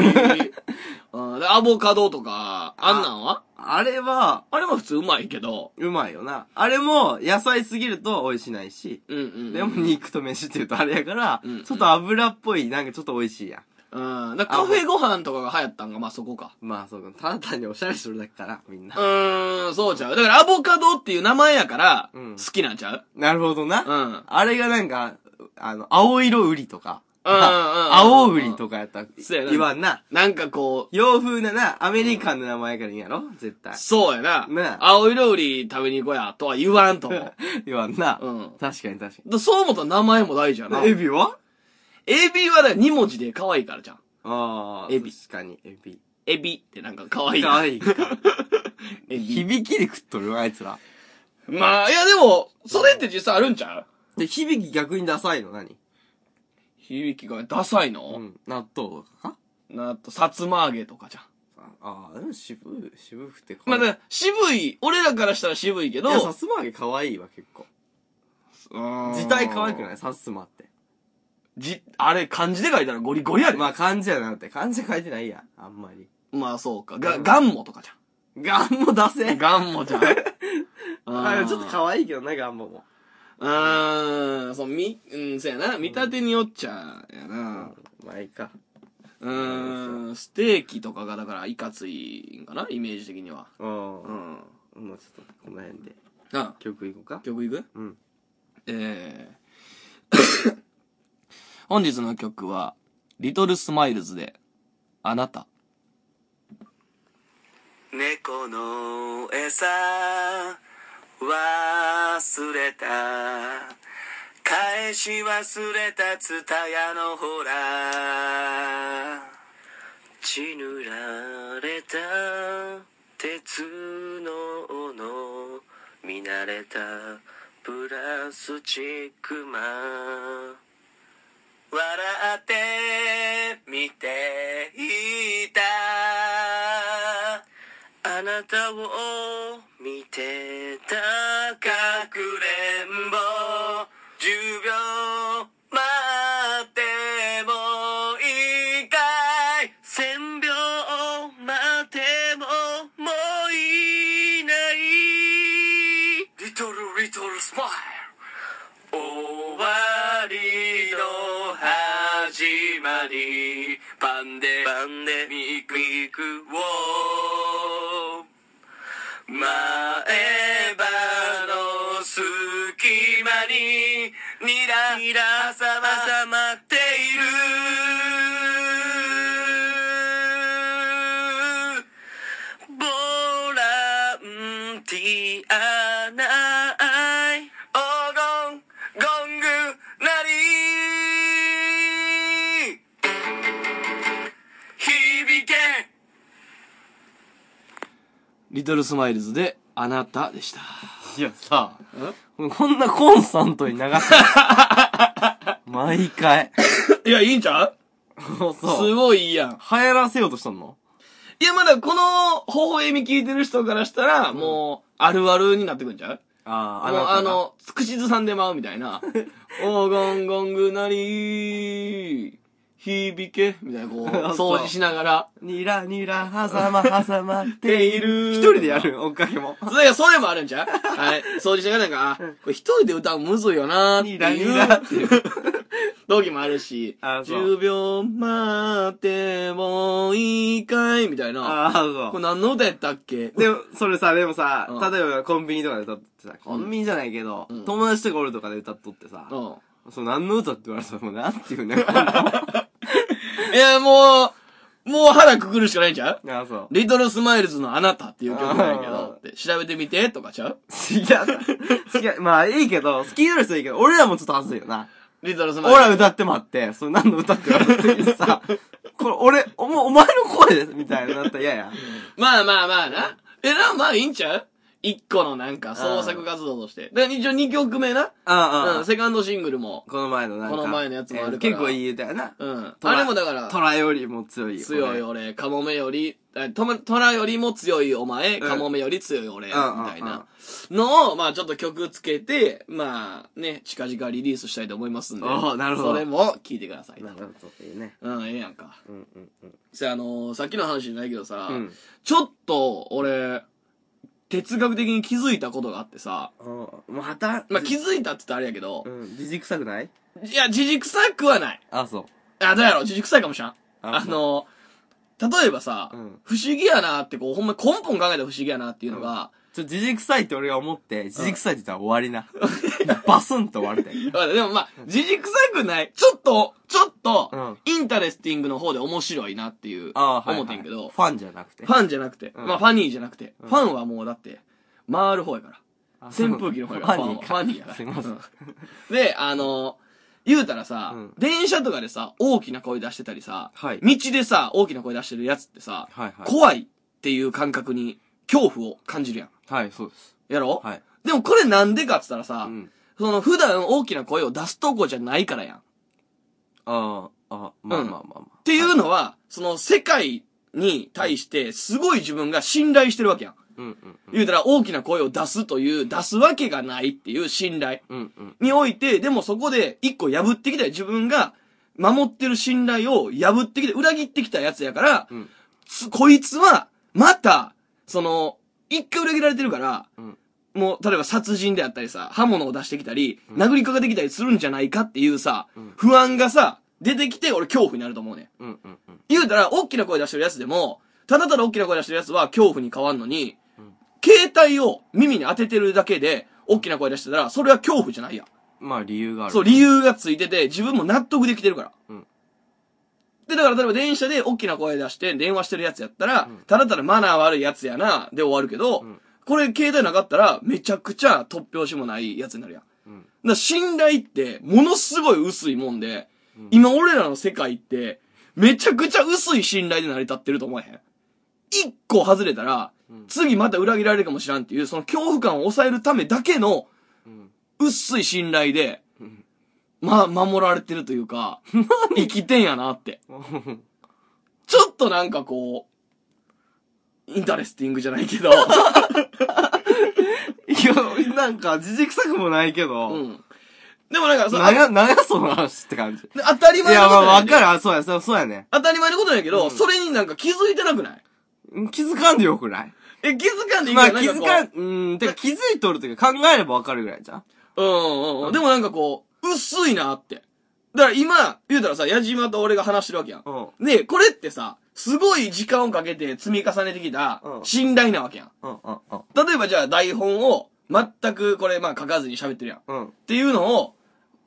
うん、でアボカドとか、あんなんはあれは、あれも普通うまいけど。うまいよな。あれも、野菜すぎると美味しないし、うんうん。でも肉と飯って言うとあれやから、うんちょっと油っぽい、なんかちょっと美味しいやん。うん。だからカフェご飯とかが流行ったんが、まあそこか。まあそうか、ただ単におしゃれするだけから、みんなう。ーん、そうちゃう。だからアボカドっていう名前やから、うん好きなんちゃうなるほどな。うん。うんうんうん。あれがなんか、あの、青色売りとか、青青売りとかやったらそうやな言わんな。なんかこ洋風なな、アメリカンの名前やからいいんやろ絶う、対。そうやな。ねえ青い料理食べに行こうや、とは言わんと 思う。言わんな。うん確かに確かだそう思ったら名前も大事やな。に。エビはエビはだ2文字で可愛いからじゃん。ああ、エビ確かに、エビ。エビってなんか可愛い。かわいいか。 エビ。響きで食っとるよ、あいつら。まあ、いやでも、それって実際あるんちゃうで、響き逆にダサいの何響きがダサいうの、ん。納豆とかかなあと、さつま揚げとかじゃん。ああ、でも渋い、渋くてかまあ、だいから渋い、俺らからしたら渋いけどい、や、さつま揚げ可愛いわ、結構。自自体可愛くないいさつまって。じ、あれ、漢字で書いたらゴリゴリやで。ままあ、漢字やなって。漢字書いてないやん、あんまり。あ、そうか。が、ガンモとかじガンモ出ゃん。せ。ガンモじ ゃん。あでもちょっとわ可愛いけどな、ガンモも。うーん、そう、み、うん、そうやな。見立てによっちゃ、やな。まあ、いいか。うーん、ステーキとかが、だから、いかついんかなイメージ的には。うん。うん。なもうちょっと、この辺で。あ、曲いこうか。曲いくうん。えー 本日の曲は、リトルスマイルズで、あなた。猫の餌忘れた返し忘れたツタヤのほら血塗られた鉄の斧見慣れたプラスチックマン笑って見ていたあなたを見てたかくれんぼ10秒待ってもいいかい1000秒待ってももういないリトルリトルスマイル終わりの始まりパンデパンデミックミックを前歯の隙間にニラニラ挟まっているボランティアない黄金ゴングなり響けリトルスマイルズで、あなたでした。いやさ、こんなコンスタントに流すの毎回。いや、いいんちゃうそうす流ごいいいやん。行らせようとしたのいや、まだこの、微笑み聞いてる人からしたら、もう、あるあるになってくんちゃうあもうあ、の、つくしずさんで舞うみたい な、黄金ゴングなり、響け、みたいな、こう、 あそう掃除しながら、ニラニラ挟ま挟まっってていいる。 る。一人でやる、追っかけも。そうだからそれもあるんちゃう はい。掃除しながらなんか、あ、これ一人で歌うのむずいよなーってニラニいラうっ ていう。時もあるし、あそう10秒待ってもいいかいみたいな。ああ、こそうれ。何の歌やったっけでも、それさ、でもさうん、例えばコンビニとかで歌ってさ、コンビニじゃないけどん、友達とかおるとかで歌っとってさう、ん。そう、何の歌って言われたらもうなんていう ね。あいや、もう、もう腹くくるしかないんちゃうあ、そう。リトルスマイルズのあなたっていう曲なんやけあどーって、調べてみてとかちゃう違う。違う。まあ、いいけど、好きな人はいいけど、俺らもちょっと恥ずいよな。リトルスマイ俺ルズ。ら歌ってもらって、それ何の歌って言われた時に さ、これ、俺、お前、お前の声でみたいになったら嫌や。まあまあまあな。え、な、まあいいんちゃう一個のなんか創作活動として。だから一応2曲目な。あうん、セカンドシングルも。この前のなんか。この前のやつもあるからえー結構いい歌やな。うん。トあラれもだから、虎よりも強い。強い。俺、カモメより、あトマトラよりも強いお前、うんカモメより強い俺、みうんたいなのを、まあちょっと曲つけて、まあね、近々リリースしたいと思いますんで。おうなるほどそれも聞いてください。なるほど、いいね。うん、ええやんか。うんうんうん。さあ、あのーさっきの話じゃないけどさ、うん。ちょっと、俺、哲学的に気づいたことがあってさ、おうまたまあ気づいたって言ったらあれやけどう、ん。じじくさくないいや、自軸臭くはない。あ、そう。あ、どうやろ、自軸臭いかもしらん。あ、のー例えばさ、うん不思議やなってこう、ほんま根本考えたら不思議やなっていうのが、ちょ、じじくさいって俺が思って、じじくさいって言ったら終わりな。 バスンと終わるで。あでもまあ、自軸臭くない。ちょっと、ちょっと、うんインタレスティングの方で面白いなっていう、あーはい。思ってんけはいど、ファンじゃなくて。ファンじゃなくて、うんまあファニーじゃなくて、うんファンはもうだって、回る方やから。あそう扇風機の方やフから。ァンにファンやから。すいません。うんで、あの、言うたらさ、うん電車とかでさ、大きな声出してたりさ、はい。道でさ、大きな声出してるやつってさ、はいはい。怖いっていう感覚に恐怖を感じるやん。はい、そうです。やろ、はい。でもこれなんでかって言ったらさ、うん。その普段大きな声を出すとこじゃないからやん。っああ、あまあまあまあまあ。っていうのは、その世界に対してすごい自分が信頼してるわけやん。うんうんうん。言うたら大きな声を出すという、出すわけがないっていう信頼うんうん。において、でもそこで一個破ってきた自分が守ってる信頼を破ってきて裏切ってきたやつやから、うんつこいつはまた、その、一回裏切られてるから、うんもう、例えば殺人であったりさ、刃物を出してきたり、殴りかけてきたりするんじゃないかっていうさ、うん不安がさ、出てきて俺恐怖になると思うねん。うんうんうん。言うたら、大きな声出してるやつでも、ただただ大きな声出してるやつは恐怖に変わんのに、うん携帯を耳に当ててるだけで、大きな声出してたら、それは恐怖じゃないやん。まあ理由がある。そう、理由がついてて、自分も納得できてるから。うんで、だから例えば電車で大きな声出して電話してるやつやったら、うんただただマナー悪いやつやな、で終わるけど、うんこれ携帯なかったら、めちゃくちゃ突拍子もないやつになるやん。うんだから信頼って、ものすごい薄いもんで、うん今俺らの世界って、めちゃくちゃ薄い信頼で成り立ってると思えへん。一個外れたら、うん次また裏切られるかもしらんっていう、その恐怖感を抑えるためだけのうん。薄い信頼で、うんまあ、守られてるというか、生きてんやなって。ちょっとなんかこう、インタレスティングじゃないけど、いや、なんか、じじくさくもないけうど、ん。でもなんか、そうなんや、なんやその話って感じ。い当たり前のや、こまあとやわねかる。あ、そうや、そうそうやね。当たり前のことやけど、うんそれになんか気づいてなくないうん気づかんでよくないえ、気づかんでいいまけあど、気づなかんん、うん、てか気づいとるというか考えればわかるぐらいじゃん。うんうんうん。でもなんかこう、薄いなって。だから今、言うたらさ、矢島と俺が話してるわけやん。うん。で、これってさ、すごい時間をかけて積み重ねてきたう、ん信頼なわけやん。うん、うん、うん。例えばじゃあ台本を、全くこれまあ書かずに喋ってるやん。っうん。ていうのを、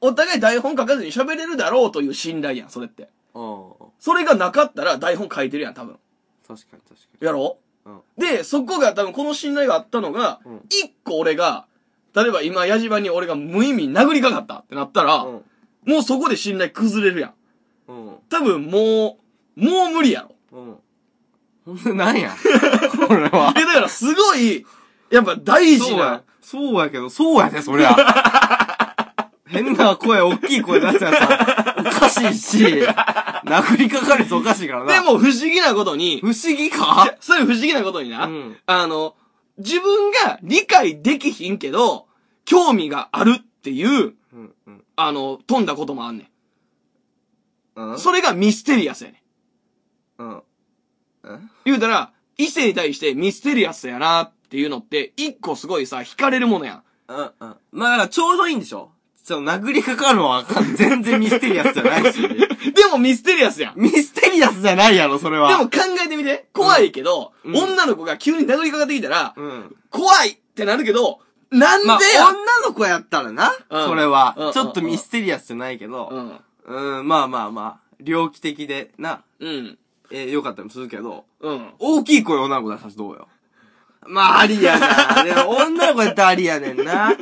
お互い台本書かずに喋れるだろうという信頼やん、それって。うん。それがなかったら台本書いてるやん、多分。確かに確かやろに。うん。で、そこが多分この信頼があったのがうん、一、個俺が、例えば今矢島に俺が無意味に殴りかかったってなったら、もうそこで信頼崩れるやん。うん。うん。多分もう、もう無理やろ。うん。ほんでなん やこれは。え、だからすごい、やっぱ大そ事うなや。。そうやけど、そうやで、そり ゃ。変な声、大きい声出すやつはおかしいし、殴りかかるやつおかしいからな。で、も不思議なことに不、思議かそれ不思議なことにな、うんあの、自分が理解できひんけど、興味があるっていう、うん、うん。あの、飛んだこともあんねうんん。それがミステリアスやねん。うん。うん言うたら、異性に対してミステリアスやなっていうのって、一個すごいさ、惹かれるものや ん。うん、うん。まあ、だからちょうどいいんでしょちょ、殴りかかるのはあかん 全然ミステリアスじゃない し。でもミステリアスやん。でミステリアスじゃないやろ、それは。も、考えてみて。怖いけど、うん女の子が急に殴りかかってきたら、うん。怖いってなるけど、なんでまあ、や、女の子やったらな、うんそれは、うんちょっとミステリアスじゃないけど、うん。うん、まあまあまあ、猟奇的で、な、うん。えー、よかったりもするけど、うん。大きい声女の子出させどうよ。まあ、ありやな。でも、女の子やったらあり やねんな。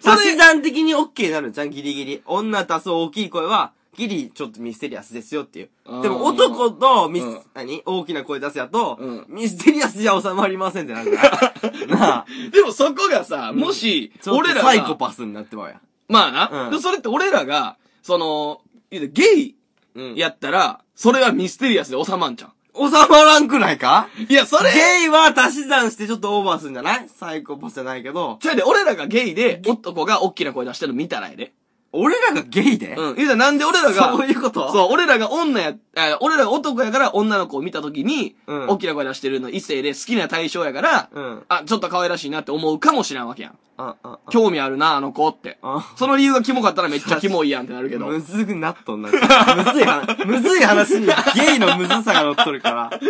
それ足し算的に OK になるじゃん、ギリギリ。女足す大きい声は、きりちょっとミステリアスですよっていうあー。でも男とミス、うん何大きな声出すやと、うんミステリアスじゃ収まりませんってなるから。 なあ。でもそこがさ、もし、ちょっと俺らが、サイコパスになってまうや。まあな、うんでもそれって俺らが、その、言うてゲイうんいやや、ったら、それはミステリアスで収まんじゃん。収まらんくないかいや、それ、ゲイは足し算してちょっとオーバーするんじゃないサイコパスじゃないけど。ちゃうで、俺らがゲイで、男が大きな声出してるの見たらやで。俺らがゲイで、うん。言うたらなんで俺らが、そういうことそう、俺らが女や、あ俺らが男やから女の子を見たときに、うん大きな声出してるの異性で好きな対象やから、うん。あ、ちょっと可愛らしいなって思うかもしれんわけやん。あ、あ、あ。興味あるな、あの子って。あその理由がキモかったらめっちゃキモいやんってなるけど。むずくなっとんな。むずい話、むずい話にゲイのむずさが乗っとるから。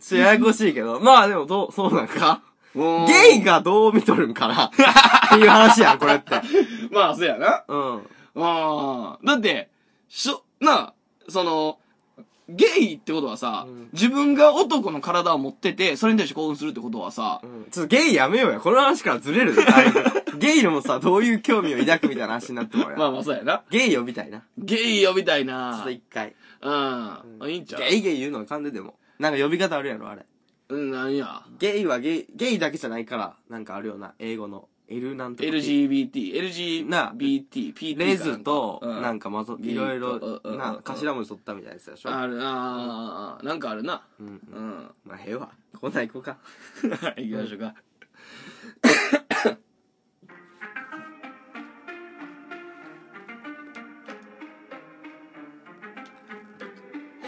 ちややこしいけど。まあでも、どう、そうなんかゲイイがどう見とるんかなっていう話やん、これって。まあ、そうやな。うん。ああ。だって、しょ、なあ、その、ゲイってことはさ、うん自分が男の体を持ってて、それに対して興奮するってことはさ、うんちょっとゲイやめようや。この話からずれるでだいぶ。ゲイにもさ、どういう興味を抱くみたいな話になってもらうまやあまあそうやな。ゲイよみたいな。ゲイ呼びたいちょっなと一回。うん。あいいんちゃうゲイゲイ言うのはかんででも。なんか呼び方あるやろ、あれ。うん、なんや。ゲイはゲイ、ゲイだけじゃないから、なんかあるよな。英語の。L なんとか。 LGBT、LGBT、な BT、PT レズと、うんなんかまぞ、うんいろいうんろうん、う、なん頭文字取ったみたいなやつでしょ。あるなあなんかあるな。うん。ううんん。 まあ、ええわ。こんなん行こうか。行きましょうか。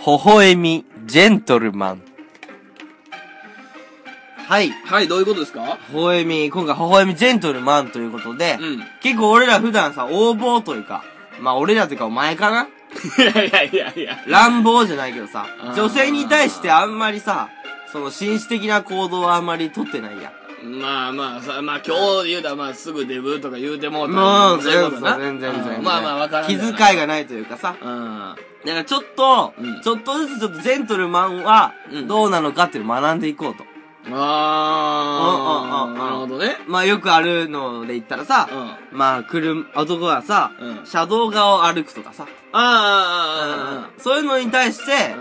微笑み、ジェントルマン。はい。微はい、どういうことですか笑み、今回微笑みジェントルマンということで、 うん。い結構俺ら普段さ、横暴というか、まあ俺らというかお前かなやいやいやいや。乱暴じゃないけどさあ、ー女性に対してあんまりさ、その紳士的な行動はあんまり取ってないやん。まあまあ、さまあ今日言うたらまあすぐデブとか言うてもうたりもう、そ全い然ことな全然全う然。んまあまあわからん気ではな遣い。いがないというかさ。うん。だからちょっと、うんちょっとずつちょっとジェントルマンはうん、どうなのかっていうのを学んでいこうと。あうんー。うんうんうんなるほどね。まあよくあるので言ったらさ、うん。あまあ車、男はさ、うん車道側を歩くとかさ、あそういうのに対してー、、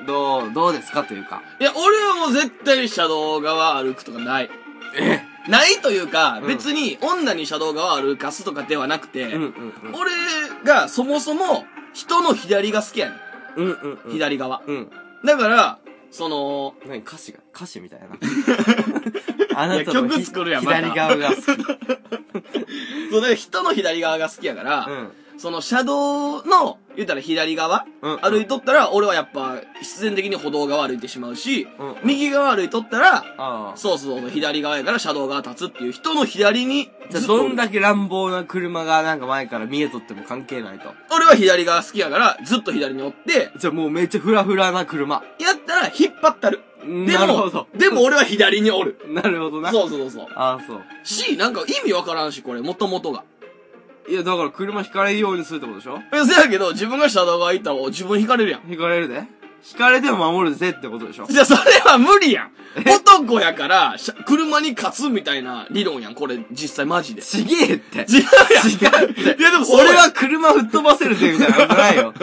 うん。どう、どうですかというか。いや、俺はもう絶対に車道側歩くとかない。えないというか、うん別に女に車道側歩かすとかではなくて、うんうん俺がそもそも人の左が好きやね。うん。うんうんうんん。。左側。うん。だから、その、何歌詞が、歌詞 みたいな。あいやなたの曲ひ作るやんまた左側が好き。そうだから人の左側が好きやから、うん。その車道の、言ったら左側、うん歩いとったら、俺はやっぱ必然的に歩道側歩いてしまうし、うん右側歩いとったら、ああ。そうそうそう、左側やから車道側立つっていう人の左に、じゃあずっとどんだけ乱暴な車がなんか前から見えとっても関係ないと。俺は左側好きやから、ずっと左におって、じゃあもうめっちゃフラフラな車。やったら引っ張ったる。でなるほもど、。でも俺は左にお る。なるほどな。そうそうそう。ああ、そう。し、なんか意味わからんし、これ、もともとが。いや、だから車引かれるようにするってことでしょえ、せやけど、自分が車道側行ったら、お自分引かれるやん。引かれるで引かれても守るぜってことでしょじゃあ、それは無理やん。男やから、しゃ車に勝つみたいな理論やん、これ、実際マジで。ちげえって。違うやん。違うって。いや、でも、俺、は車吹っ飛ばせるぜみたいなことな いよ。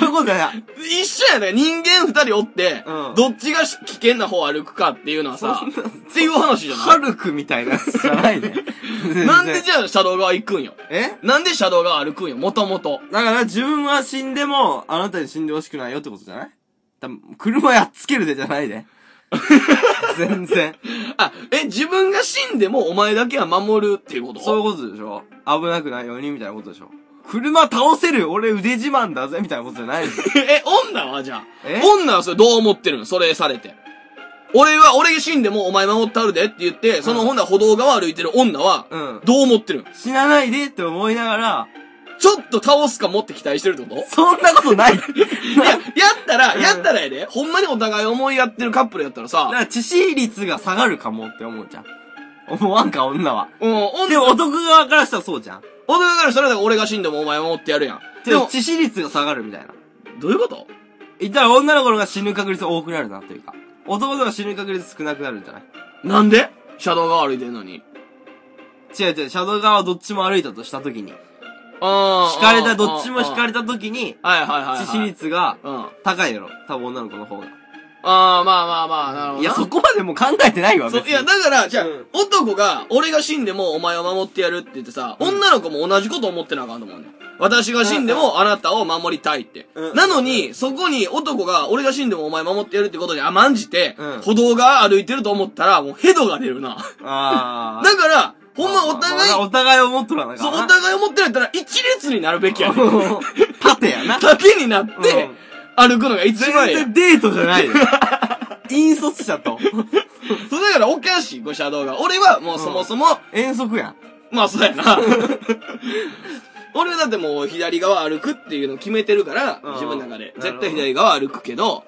そういうことだよ。一緒やね人間二人おって、うんどっちがし危険な方歩くかっていうのはさ、そんなっていう話じゃハなルクみたいなやつじゃないね。い なんで全然じゃあ、車道側行くんよ。えなんで車道側歩くんよ、もともと。だから自分は死んでも、あなたに死んでほしくないよってことじゃない多分車やっつけるでじゃな いで。全然。あ、え、自分が死んでもお前だけは守るっていうことそういうことでしょ危なくないようにみたいなことでしょ車倒せる俺腕自慢だぜみたいなことじ ゃないでしょえ、女はじゃあえ。女はそれどう思ってるのそれされて。俺は、俺が死んでもお前守ってあるでって言って、そのうんほんなら歩道側歩いてる女は、うん。どう思ってるの死なないでって思いながら、ちょっと倒すかもって期待してるってことそんなことない。い いや、やったら、うんやったらやで。ほんまにお互い思いやってるカップルやったらださか、ら致死率が下がるかもって思うじゃん。思わんか、女は。うん、女でも男側からしたらそうじゃん。男からしたら俺が死んでもお前守ってやるやん。ででもも、致死率が下がるみたいな。どういうこと言ったら女の子の方が死ぬ確率が多くなるなというか。男の方が死ぬ確率少なくなるんじゃないなんで車道側歩いてんのに。違う違う、シャドウ側はどっちも歩いたとした時に。あー惹かれた、どっちも惹かれた時に、はいはいはい、はい。致死率がうん。あ高いやろ。多分女の子の方が。あー、まあまあまあ、なるほどな。いや、そこまでもう考えてないわ、そ別う、いにや、だから、じゃあ、うん男が、俺が死んでもお前を守ってやるって言ってさ、女の子も同じこと思ってなあかんと思うねん。私が死んでもあなたを守りたいって。うんなのに、そこに男が、俺が死んでもお前守ってやるってことに甘んじて、うん歩道が歩いてると思ったら、もうヘドが出るな。あー。だから、ほんまお互い、あーお互いを持っとらなあそかう、んおな。互い思ってるやったら、一列になるべきやねん。縦やな。縦になってうん、歩くのが一番や。全然デートじゃ ないよ。引率者 と。そうだからおかしい、こうシャドウが。俺はもうそもそも、遠足やん。まあそうやな。 俺はだってもう左側歩くっていうの決めてるから、うん自分の中で。なるほど絶対左側歩くけど、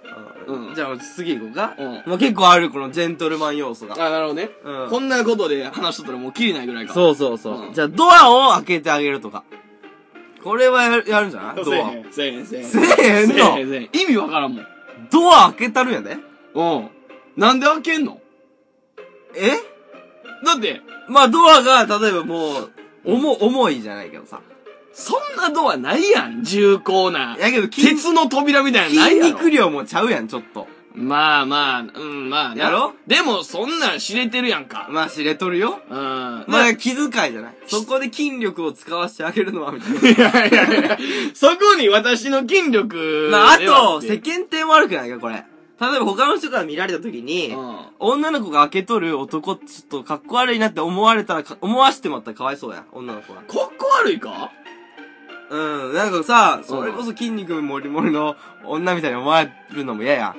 うんじゃあ、次行こうか。うんまあ結構ある、このジェントルマン要素あ、が。なるほどね。うんこんなことで話しとったらもうキリないぐらいか。う。そうそうそう。んじゃあ、ドアを開けてあげるとか。これはやるやるんじゃなせいドえアをへ。ん、せえへん、せえへん。せえへんのせえせえへん意味わからんもん。ドア開けたるんやで。うん。なんで開けんのえだって、まあ、ドアが、例えばもう、重、重いじゃないけどさ。そんなドアないやん、重厚な。やけど、筋鉄の扉みたいなのない筋やろ。肉量もちゃうやん、ちょっと。まあまあ、うん、まあなやろでもそんなん知れてるやんか。まあ、知れとるよ。うん。ままあ、気遣いじゃない。そこで筋力を使わせてあげるのは、み たいな。いやいやいや、そこに私の筋力 まあ、あではと、って世間体悪くないか、これ。例えば他の人から見られた時に、うん女の子が開けとる男ってちょっとかっこ悪いなって思われたらか、思わしてもらったらかわいそうやん、女の子は。かっこ悪いかうん、なんかさ、それこそ筋肉もりもりの女みたいに思われるのも嫌やん。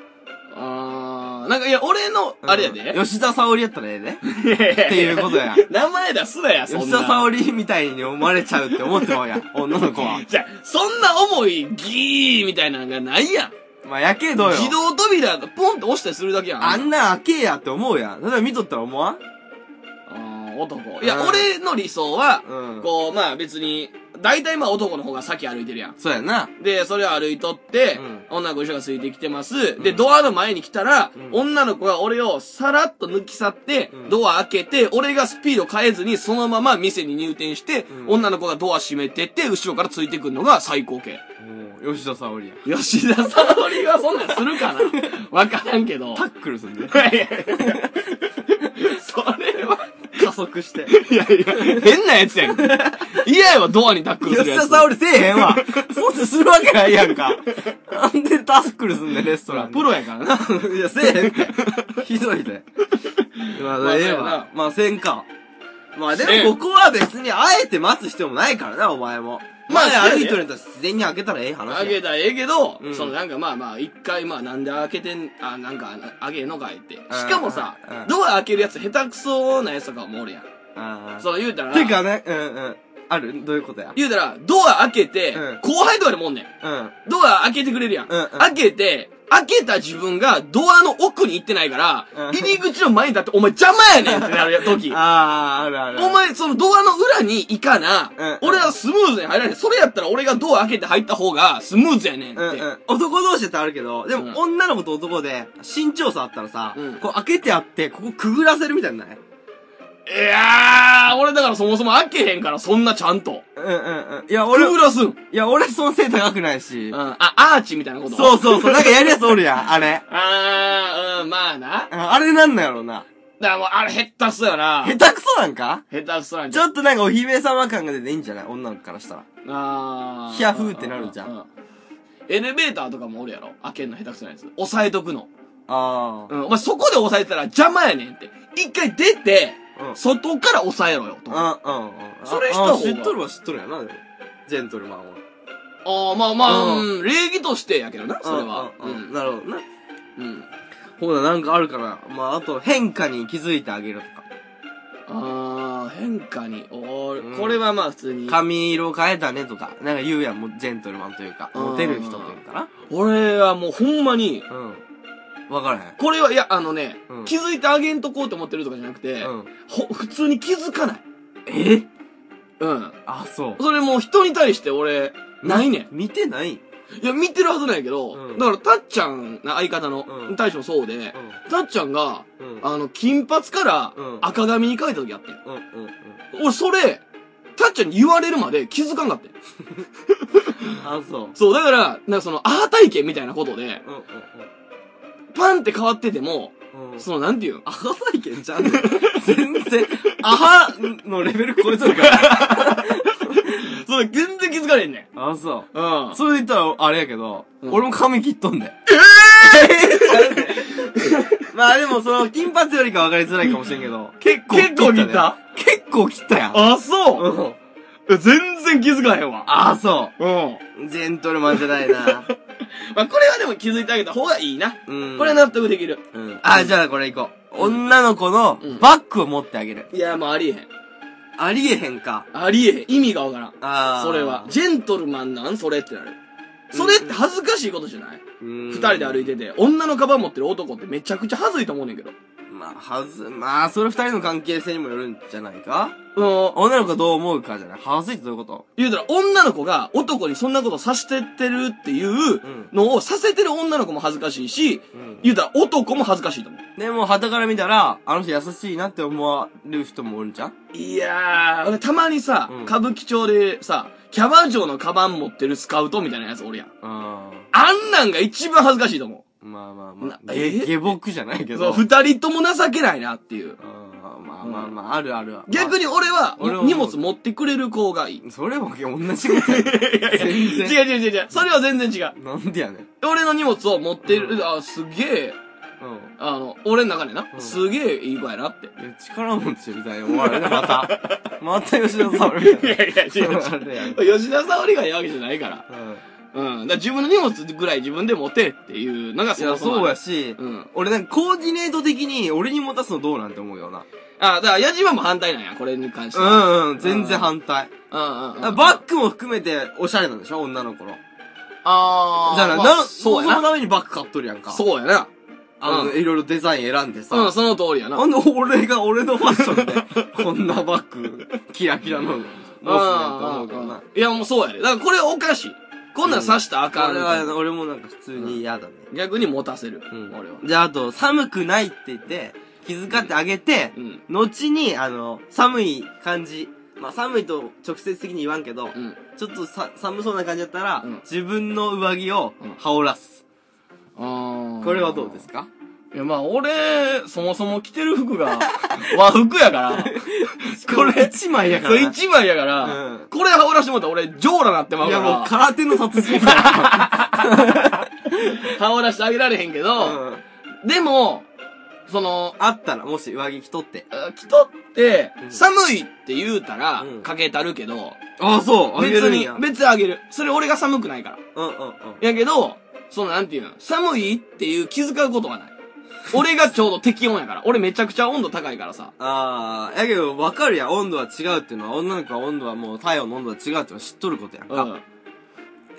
あー、なんかいや、俺の、うんあれやで。吉田沙織やったらええ で。っいやいやていいやうことやん。 名前出すなや、そん吉な。田沙織みたいに思われちゃうって思ってまう やん、女の子は。じゃあ、そんな重いギーみたいなのがないやん。まあ、やけどよ。自動扉がポンって押したりするだけやん。あんなん開けやって思うやん。例えば見とったら思わんあー男。いや、うん俺の理想は、うん。こう、まあ別に、大体まあ男の方が先歩いてるやん。そうやな。で、それを歩いとって、う女の子一緒がついてきてます。んで、ドアの前に来たら、うん女の子が俺をさらっと抜き去って、うんドア開けて、俺がスピード変えずにそのまま店に入店して、うん女の子がドア閉めてって、後ろからついてくるのが最高形。もう吉田沙織やん。吉田沙織はそんなんする かなわからんけど。タックルすんで。いやいやいやそれは、加速して。いやいや、変なやつ やんけ。嫌やわ、ドアにタックルす吉るやつ。田沙織せえへんわ。 そうってするわけないやんか。なんでタックルすんねん、レストランで。プロやからな。 いや、せえへんって。ひどいで。ままああ、ええそうやなわ。まあ、せんか。まあ、でせんもここは別に、あえて待つ必要もないからな、お前も。ままああ、せやで歩いとるんやったら自然に開けたらええ話あやげ。たらええけど、うんそのなんかまあまあ、一回まあなんで開けてん、あ、なんかあげんのかいって。しかもさうんう、んドア開けるやつ下手くそなやつとかもおるやん。あその言うたらあ。、てかね、うんうん。あるどういうことや。言うたら、ドア開けてうん、後輩とかでもおんねん。うん。ドア開けてくれるやん。うんうん開けて、開けた自分がドアの奥に行ってないからう、ん入り口の前に立って、お前邪魔やねんってなるやん時。 ああ、あるある。お前、そのドアの裏に行かなうん、俺はスムーズに入らない。それやったら俺がドア開けて入った方がスムーズやねんっうんてう。ん、男同士だってあるけど、でうも、ん女の子と男で身長差あったらさ、うんこう開けてあって、ここくぐらせるみたいなのないいやー、俺だからそもそも開けへんから、そんなちゃんと。うんうんうん。いや、く俺、いぐらすん。うん。や、俺その背高くないし。あ、アーチみたいなこと。そううそうそう、なんかやるやつおるやん、あれ。あー、うん、まあな。だかうんあれなんなんやろうな。らもう、あれ、下手くそやな。下手くそなんか下手くそなんちょっとなんかお姫様感が出ていいんじゃない女の子からしたら。あー。ヒャフーってなるじゃんううう。エレベーターとかもおるやろ。開けんの下手くそなやつ。押さえとくの。あうん。お前そこで押さえてたら邪魔やねんって。一回出て、あ。うん。外から押さえろよ、と。ああ、うん、うん。それした方があ知っとるは知っとるやな、でも。ジェントルマンー、は。まあまあ、うんうん、礼儀としてやけどな、それは。ううんうんうん。ん。なるほどな。うん。ほら、なんかあるかな。まあ、あと、変化に気づいてあげるとか。あー、変化に。おーうんこれはまあ普通に。髪色変えたねとか、なんか言うやん、もうジェントルマンというか、モテる人というか俺はもうほんまに、な。うん。わからへん。これは、いや、あのね、うん気づいてあげんとこうと思ってるとかじゃなくて、うん。ほ普通に気づかない。えうん。あ、そう。それもう人に対して俺、ないねん。見てないいや、見てるはずなんやけど、うんだから、たっちゃん、な相方の、うん対してもそうで、うたっちゃんが、ん。うん。あの、金髪からうん、赤髪に変えた時あってん。うん。うん。うん。俺、それ、たっちゃんに言われるまで気づかんかったあ、そう。そう、だから、なんかその、アー体験みたいなことで、うんうんパンって変わってても、うん。うん。その、なんていうんアハ体験ちゃうねん全然、アハのレベル超えとるから。それ全然気づかれへんねん。あ、そう。うん。それで言ったら、あれやけど、うん俺も髪切っとんで。 まあでも、その、金髪よりか分かりづらいかもしれんけど、結構結構ね似た結構切ったやん。あ、う。そうん全然気づかへんわ。あ、そうん。う。ジェントルマンじゃないな。まあ、これはでも気づいてあげた方がいいな。うん。これは、納得できる。うん。あ、じゃあこれいこう。うん女の子のうんバッグを持ってあげる。いや、まあ、ありえへん。ありえへんか。ありえへん。意味がわからん。あーそれは。。ジェントルマンなんそれってなる。それって恥ずかしいことじゃない二二人で歩いてて、女のカバン持ってる男ってめちゃくちゃ恥ずいと思うねんけど。まあ、はず、まあ、それ二人の関係性にもよるんじゃないかその、女の子がどう思うかじゃない。はずいってどういうこと言うたら女の子が男にそんなことさせてってるっていううんのをさせてる女の子も恥ずかしいし、うん。言うたら男も恥ずかしいと思う。でも、旗から見たら、あの人優しいなって思われる人もおるんじゃんいやー、俺たまにさ、うん歌舞伎町でさ、キャバ嬢のカバン持ってるスカウトみたいなやつおるやん。うん。まあんなんが一番恥ずかしいと思あまあまあ。なええ下僕じゃないけう。ど。そう、うん。二人とも情けないなっていう。まあまあまあ、あるある。逆に、に俺は、俺は荷物持ってくれる子がいい。それも同じことやねいやいや全違う違う違う違う。それは全然違う。んなんでやねん。俺の荷物を持ってる、うんあ、すげえ、うん。あの、俺の中でな、うんすげえいい子やなって。いや、力持ちみたいに思われるね、また。また吉田さんみたいな。いや 違う違うあれやん。吉田沙織がいいわけじゃないから。うん。だから自分の荷物ぐらい自分で持てっていうのがいそや、もそもそうあやる。し、うん。俺なんかコーディネート的に俺に持たすのどうなんて思うよな。あ、だから矢島も反対なんや、これに関してうは。んうん、全然反対。うんうんうん。バッグも含めておしゃれなんでしょ女の子の。あー。じゃあな、まあな、そうやそな。のためにバッグ買っとるやんか。う。そうやな。あの、うんいろいろデザイン選んでさ。うん、その通りやな。なうんで俺が俺のファッションで、こんなバッグ、キラキラの、持つねんと思うけどう。なんいや、もうそうやで。だからこれおかしい。こんなん刺したらあかあんれは、俺もなんか普通に嫌だね。逆に持たせる。俺は。じゃあ、あと、寒くないって言って、気遣ってあげてう、ん。後に、あの、寒い感じ。まあ、寒いと直接的に言わんけど、うん。ちょっとさ寒そうな感じだったら、うん自分の上着をうん羽織らす。あーこれはどうですかいや、まあ、俺、そもそも着てる服が、 和服やから、これ一枚やかそらうな。一枚やから、うんこれ羽織らしてもらったら俺、ジョーラなってまういかや、ら、もう空手の殺人だ。羽織らしてあげられへんけど、うんでも、その、あったら、もし上着着とって。あ着とってう、ん寒いって言うたらうん、かけたるけど、あ、そう別に、うんうん別にあげる。それ俺が寒くないから。うん。やけど、そのなんていうの、寒いっていう気遣うこと はない。俺がちょうど適温やから。俺めちゃくちゃ温度高いからさ。ああ、やけど、わかるやん。温度は違うっていうのは、女の子は温度はもう、体温の温度は違うっていうのは知っとることやんうか。ん。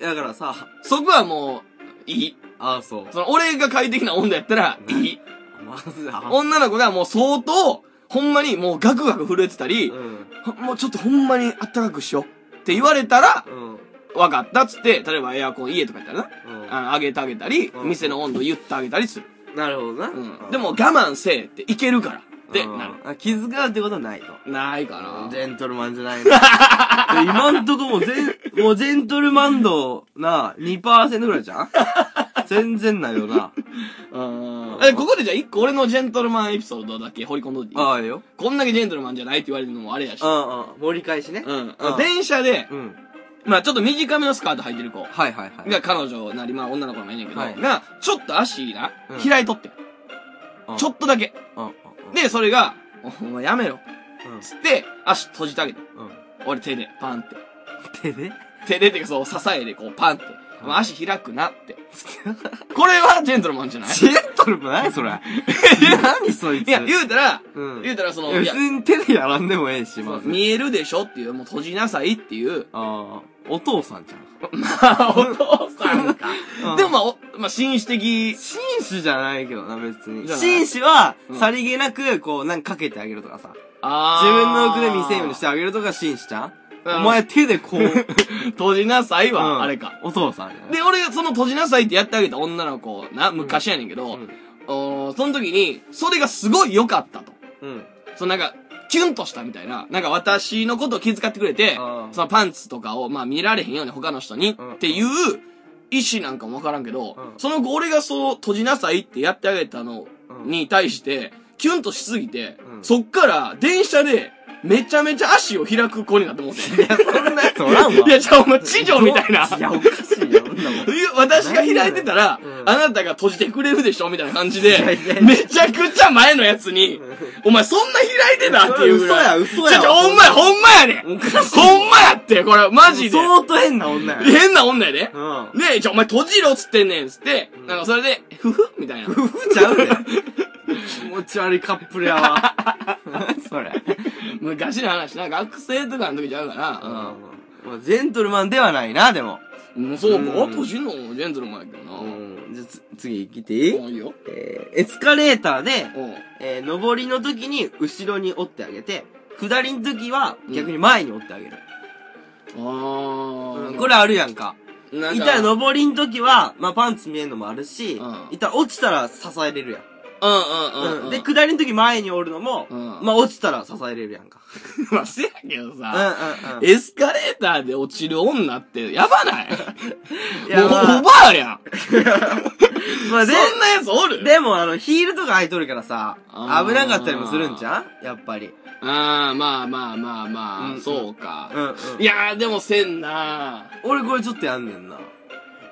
だからさ、そこはもう、いい。ああ、そう。その、俺が快適な温度やったら、いい。まず、あ、女の子がもう相当、ほんまにもうガクガク震えてたりう、ん。ほもうちょっとほんまにあったかくしようって言われたら、うん。うん。わかったっつって、例えばエアコン家とかやったらな、あの上げてあげたり、うん店の温度言ってあげたりする。なるほどな。うん。でも我慢せえっていけるからってうんなる。あ気遣うってことはないと。ないかなジ。ェントルマンじゃ ないな。今んとこもう全、もうジェントルマン度な、2%ぐらいじゃん全然ないよな。うんえ、ここでじゃあ一個俺のジェントルマンエピソードだけ掘り込んどいていいああ、ええよ。こんだけジェントルマンじゃないって言われるのもあれやしう。んうん。盛り返しね。うんうん。電車で、うん。まあちょっと短めのスカート履いてる子はいはいはい。が彼女なり、まあ女の子でもいいねんけど、はいが、ちょっと足なうん、開いとってん、うんちょっとだけ。うんうんで、それが、お前やめろ。つって、足閉じてあげて。うん。うん。俺手で、パンって。手で手でっていうかそう、支えでこう、パンって。お前足開くなって。 これはジェントルマンじゃないジェントルマン何 それ何そいついや、言うたら、うん。言うたらその、いいや、や別に手でやらんでもええし、そまうず。見えるでしょっていう、もう閉じなさいっていう、ああ、お父さんじゃん。あお父さんか。う んでもまあ、おまあ、紳士的。紳士じゃないけどな、別に。じゃない紳士はう、んさりげなく、こう、なんかかけてあげるとかさ。あ自分の奥で見せんようにしてた。あげるとか紳士じゃんうんお前手でこう、閉じなさいは、うんあれか。。お父さんじゃないで、俺、その閉じなさいってやってあげた女の子な、昔やねんけど、うんおーその時に、それがすごい良かったと。うん。そのなんか、キュンとしたみたいな、なんか私のことを気遣ってくれてう、んそのパンツとかを、まあ見られへんように他の人にうんっていう意思なんかもわからんけどうん、その後俺がそう閉じなさいってやってあげたのうんに対して、キュンとしすぎてう、んそっから電車でめちゃめちゃ足を開く子になってもうて。いや、そんなやつおらんわ。 いや、じゃあお前、地上みたいな。いや、おかしいよ、そんなもん。私が開いてたら、うんあなたが閉じてくれるでしょみたいな感じでいやいやい、やめちゃくちゃ前のやつに、お前そんな開いてたっていうぐらい。嘘や嘘やちょちょ、ほんまや、ほんまやねおかしいほんまやって、これ、マジで。相当変な女や。変な女やで。うん。ねえ、ちょ、お前閉じろっつってんねんっつって、んなんかそれで、ふふみたいな。夫婦ちゃ うで。気持ち悪いカップルやわ。何それ。昔の話な、学生とかの時ちゃうかうんら、。まあジェントルマンではないな、でも。うん。もうそうか、うん。閉じんのもジェントルマンやけどな。うんじゃあ、つ次来ていいいいよ。えーエスカレーターで、うん。えー上りの時に後ろに折ってあげて、下りの時は逆に前に折ってあげる。あー。なんかこれあるやんか。なんかいたら上りの時は、まあ、パンツ見えるのもあるし、うんいたら落ちたら支えれるやん。うんうんうん、うん。で、下りの時前に折るのも、うんまあ、落ちたら支えれるやんか。まあ、せやけどうんうんさ、うん。エスカレーターで落ちる女ってやばないいやもうまあおばあやん。まあ、で、そんなやつおるでもあの、ヒールとか履いとるからさ、あー危なかったりもするんじゃんやっぱり。ああ、まあまあまあまあ、うんそううんか。うん。いやー、でもせんな俺これちょっとやんねんな。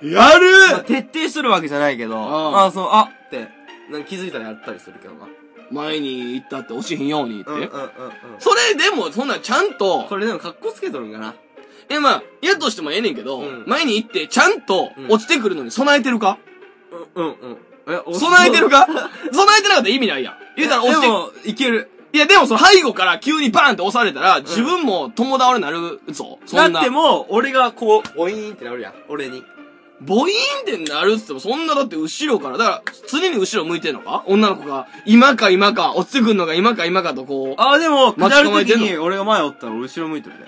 やまあ、る徹底しとるわけじゃないけど、んあ、そう、あって、なんか気づいたらやったりするけどな。前に行ったって落ちへんようにって。うんうんうんうん。それでも、そんなんちゃんとこ、れでも格好つけとるんかな。え、まあ、やとしてもええねんけど、うん前に行って、ちゃんとうん落ちてくるのに備えてるか、うんうんうん。え、お備えてる か備えてなかったら意味ないやん。言うたら落ちてでも、いける。いや、でもその背後から急にバーンって押されたら、自分も友倒れなるぞ。そんなな。っても、俺がこう、おいーンってなるやん。俺に。ボイーンってなるっつっても、そんなだって後ろから、だから、常に後ろ向いてんのか女の子が、今か今か、落ちてくんのが今か今かとこあ、でも、下待ちる構え時てんのに俺が前おったら俺後ろ向いてるね。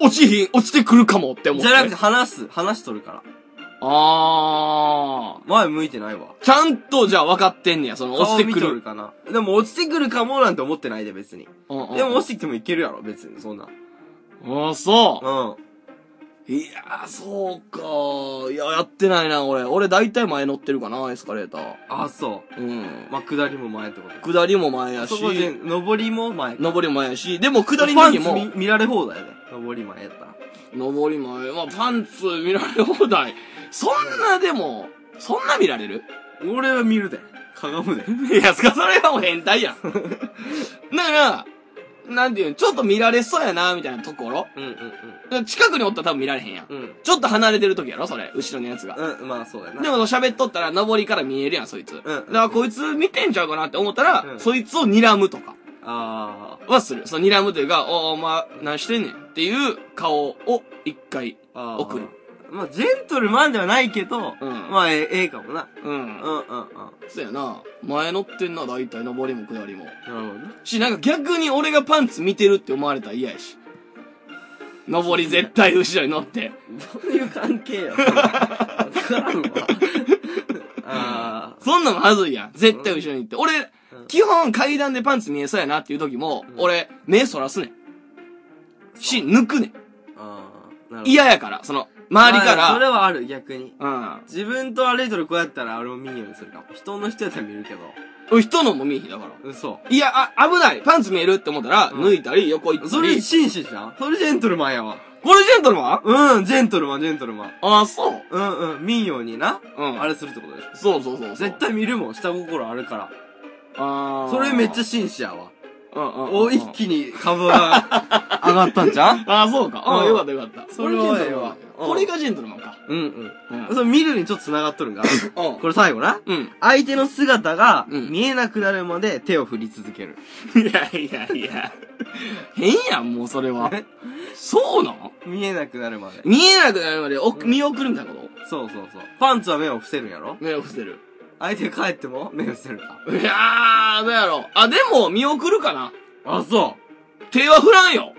う、落ちひん、落ちてくるかもって思っじて。ゃなくて、話す。話しとるから。あ前向いてないわ。ー。ちゃんと、じゃあ分かってんねや、その、落顔ちて見くとる。るかな。でも落ちてくるかもなんて思ってないで別に。うんうんでも落ちてきてもいけるやろ別に、そんな。ああ、そうう。いやー、そうか。いや、やってないな、俺。俺、大体前乗ってるかな、エスカレーター。ん。あ、そうう。ん。まあ、下りも前ってことか。下りも前やしそ。こで、上りも前か。上りも前やし、でも下りの時パもン、ツ見見られ放題やで。上り前やったら。上り前、まあパンツ見られ放題。そんなでも、そんな見られる俺は見るで。かがむで。いや、それはもう変態 やん。だから、なんていうの、ちょっと見られそうやな、みたいなところ。うんうん近くにおったら多分見られへんやん。うん。うん。ちょっと離れてる時やろ、それ。後ろのやつが。うん、まあそうやな。でも喋っとったら、上りから見えるやん、そいつ。だうんからこいつ見てんちゃうかなって思ったら、うんそいつを睨むとかあはする。その睨むというか、おお前、何してんねんっていう顔を一回。ーあー。送る。まあ、ジェントルマンではないけど、うんまあ、ええええかもな。うんうんうんうん。なるそうやな。前乗ってんな、大体、上りも下りも。ほどね。し、なんか逆に俺がパンツ見てるって思われたら嫌やし。上り絶対後ろに乗って。どういう関係よ。それわからんわ。 あそんなのはずいやん。絶対後ろに行って。俺、うん基本階段でパンツ見えそうやなっていう時も、うん俺、目そらすねん。し、抜くねん。ーあー。なるほど嫌やから、その、周りかまあそれら。はある、逆に。うん自分と歩いとる子やったら俺も見んようにするかも。人の人やったら見るけど。俺。人のも見えへんだから。嘘。いや、あ、危ないパンツ見えるって思ったら、うん抜いたり、横行ったり。それ紳士じゃんそれジェントルマンやわ。これジェントルマンうん、ジェントルマン、ジェントルマン。あ、そう。うんうん、見んようにな。うん。あれするってことでしょ。そうそうそうそう。絶対見るもん、下心あるから。あーそれめっちゃ紳士やわ。うんうんうんうんお、一気に株が上がったんじゃんああ、そうか。あうあ、んよかったよかった。それはええわこれがジェントルマンか。うんううん。それ見るにちょっと繋がっとるんかんこれ最後な。うん。相手の姿がうん見えなくなるまで手を振り続ける。いやいやいや。変やん、もうそれはえ。そうなん見えなくなるまで。見えなくなるまでお見送るみたいなことそうそうそう。パンツは目を伏せるんやろ目を伏せる。相手が帰っても目を伏せるか。いやー、どうやろう。あ、でも、見送るかな。あ、そ手は振らんよ。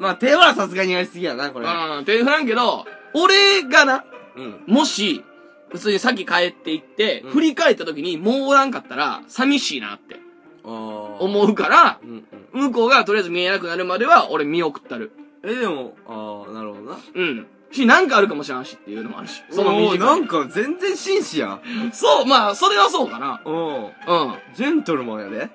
う。まあ手はさすがにやりすぎやな、これ。うん、手振らんけど、俺がな、うん。もし、普通にさっき帰って行って、うん振り返った時にもうおらんかったら、寂しいなって。思うからう、んうん。向こうがとりあえず見えなくなるまでは俺見送ったる。え、でも、ああ、なるほどな。うん。し、なんかあるかもしれんしっていうのもあるし。そのおー短ないんか全然紳士や。そう、まあ、それはそうかな。うん。うジェントルマンやで。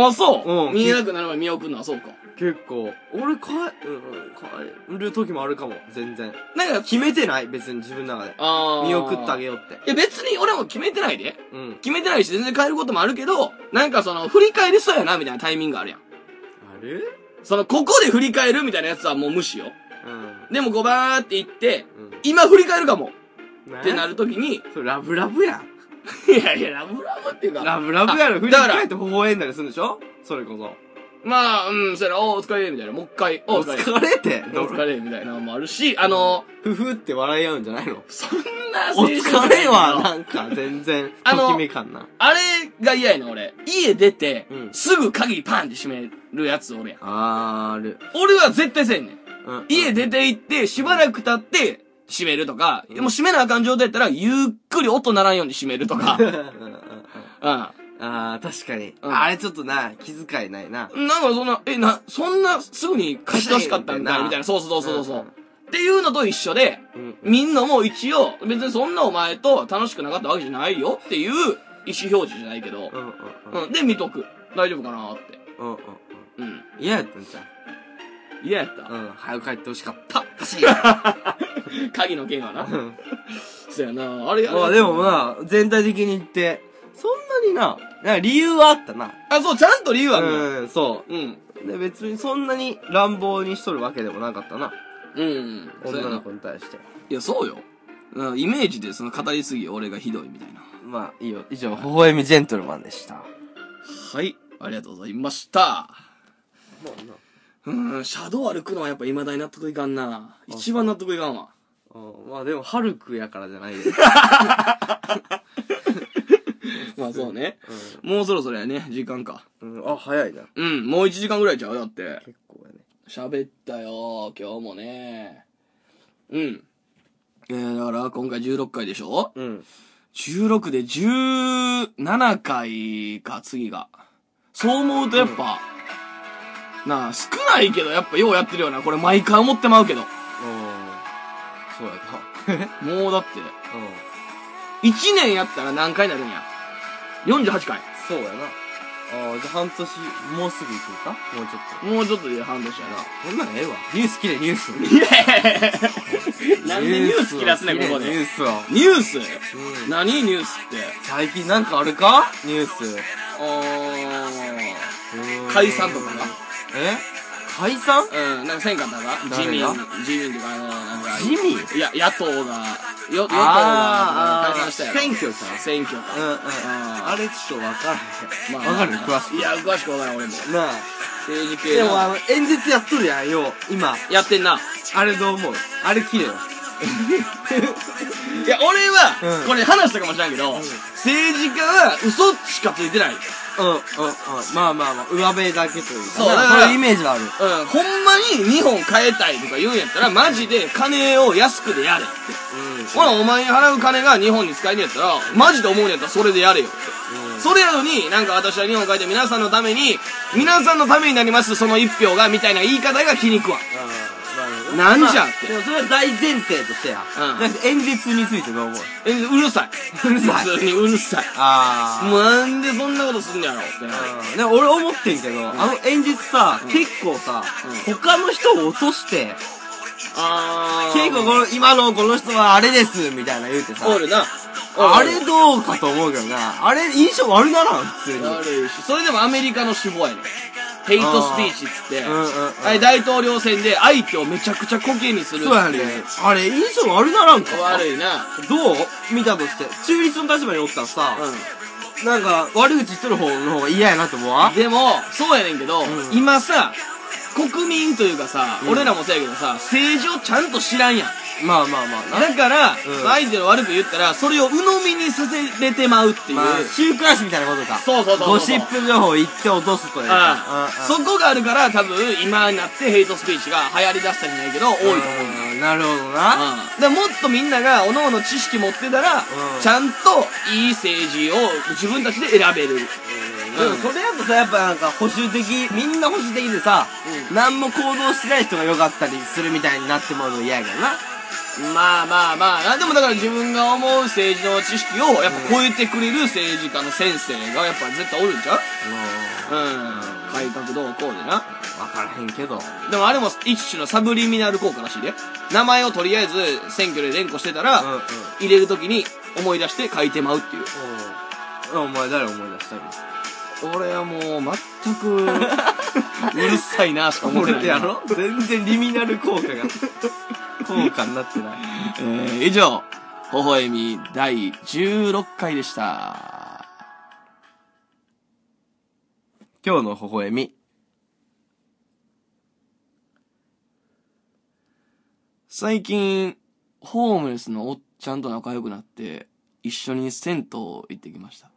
ん。あ、そう。うん見えなくなるまで見送るのはそうか。結構。俺帰、うん、帰る時もあるかも。全然。なんか、決めてない別に自分の中で。あー見送ってあげようって。いや別に俺も決めてないで。うん。決めてないし全然変えることもあるけど、なんかその、振り返りそうやなみたいなタイミングあるやん。あれその、ここで振り返るみたいなやつはもう無視よ。うん。でもこうバーって行って、うん。今振り返るかもっってな。るときに、それラブラブやん。いやいや、ラブラブっていうか、ラブラブやあろ。振りだから返って微笑んだりするんでしょそれこそ。まあ、うん、それ、おーお疲れ、みたいな、もう一回、おーおお疲れ、疲れて。お疲れ、みたいなのもあるし、あの、ふふって笑い合うんじゃないのそんなお青春じゃない疲けどれは、なんか、全然、あのときめかんな。あれが嫌やな、俺。家出て、うんすぐ鍵パンって閉めるやつ俺やん。あーある。俺は絶対せんねん。うん家出て行って、しばらく経って、閉めるとか、もう閉めなあかん状態やったら、ゆっくり音鳴らんように閉めるとか。うんうんうん うん。ああ、確かに。うんあれちょっとな、気遣いないな。なんかそんな、え、な、そんなすぐに貸してほしかったんだ、みたいな。そうそうそうそうそう。っていうのと一緒で、うん。みんなも一応、別にそんなお前と楽しくなかったわけじゃないよっていう意思表示じゃないけどう、んうんうん。うん。で、見とく。大丈夫かなって。うんうん。うん。嫌やったんじゃ嫌やったん。うん。早く帰ってほしかった。パシ鍵の件はな。うん。そやな。あれ、あれ。まあでもまあ、全体的に言って、そんなにな、なんか理由はあったな。あ、そう、ちゃんと理由はあるのようん、そうん。う。で、別にそんなに乱暴にしとるわけでもなかったな。うん。そう女やのな子に対して。いや、そうよ。うんイメージでその語りすぎ俺がひどいみたいな。まあ、いいよ。以上、微笑みジェントルマンでした。はい。ありがとうございました。うん、シャドウ歩くのはやっぱ未だに納得いかんな。一番納得いかんわ。うんまあでも、ハルクやからじゃ ないで。まあそうね。もうそろそろやね、時間か。うん。うんあ、早いな。うん、もう1時間ぐらいちゃうだって。結構やね。喋ったよ、今日もね。うん。えー、だから今回16回でしょうん。 16で17回か、次が。そう思うとやっぱ、なあ、少ないけど、やっぱようやってるよな。これ毎回思ってまうけど。そうやな。もうだって、うん。 1年やったら何回になるんや。48回。そうやな。ああ、じゃあ半年、もうすぐ行くんかもうちょっと。もうちょっとで半年やこんなんええわ。ニュース切れ、ニュース。な。なんでニュース聞き出すねん、ここニで。ュースを。ニュースうん何ニュースって。最近なんかあるかニュース。あうーん解散とかな。え解散うん、なんかせんかったか自誰民が、自民っていうか、あの、なんか、地味いや、野党が、よ、野党があーあー解散したやろ。選挙か選挙うんうんか。。あれちょっとわからへん。まわかる詳しくいや、詳しくわからん、俺も。なあ。政治系でもな。あの、演説やっとるやん、よう。今。やってんな。あれどう思うあれ綺麗よ。いや、俺は、うんこれ話したかもしれんけど、政治家は嘘しかついてない。うん、うん、うん。まあまあまあ、上辺だけというか。そうだなからそういうイメージはある。うん、ほんまに日本変えたいとか言うんやったら、マジで金を安くでやれって。うんほら、お前に払う金が日本に使えんやったら、マジで思うんやったらそれでやれよって。うんそれやのに、なんか私は日本変えて皆さんのために、皆さんのためになります、その一票が、みたいな言い方が気に食わん。うんなんじゃまあってでもそれは大前提としてや。うんだって演説についてどう思うえうるさい。うるさい普通にうるさい。あもうなんでそんなことすんのやろってなる。うんでも俺思ってんけど、あの演説さ、結構さ、他の人を落として、あ結構この、今のこの人はあれです、みたいな言うてさ、おるな。あれどうかと思うけどな、あれ印象悪ならん、普通に。悪いし、それでもアメリカの手法やねん。ヘイトスピーチっつって、うんうんうんはい、大統領選で相手をめちゃくちゃコケにするってそうやね。あれ印象悪ならんか悪いな。どう見たとして、中立の立場におったらさ、うなんか悪口言っとる方の方が嫌やなって思わん。でも、そうやねんけど、ん今さ、国民というかさ、うん俺らもそうやけどさ、政治をちゃんと知らんやん。まあまあまあな。だから、ん相手の悪く言ったら、それを鵜呑みにさせれてまうっていう。まあ、週刊誌みたいなことか。そうそうそうそうゴシップ情報を言って落とすというあか。あそこがあるから多分今になってヘイトスピーチが流行りだしたんじゃないけど多いとう思んううんだよんなるほどな。でもっとみんながおのの知識持ってたら、んちゃんといい政治を自分たちで選べる。うでもそれやとさ、やっぱなんか保守的、みんな保守的でさ、何も行動してない人が良かったりするみたいになってもらうの嫌やけどな。まあまあまあな、でもだから自分が思う政治の知識をやっぱ超えてくれる政治家の先生がやっぱ絶対おるんちゃううん。改革どうこうでな。わからへんけど。でもあれも一種のサブリミナル効果らしいで。名前をとりあえず選挙で連呼してたら、うんうん入れるときに思い出して書いてまうっていう。おお前誰思い出したの俺はもう全 く、うるさいなしか思ってないな。やろ全然リミナル効 果が、効果になってない。えー、以上、微笑み第16回でした。今日の微笑み。最近、ホームレスのおっちゃんと仲良くなって、一緒に銭湯行ってきました。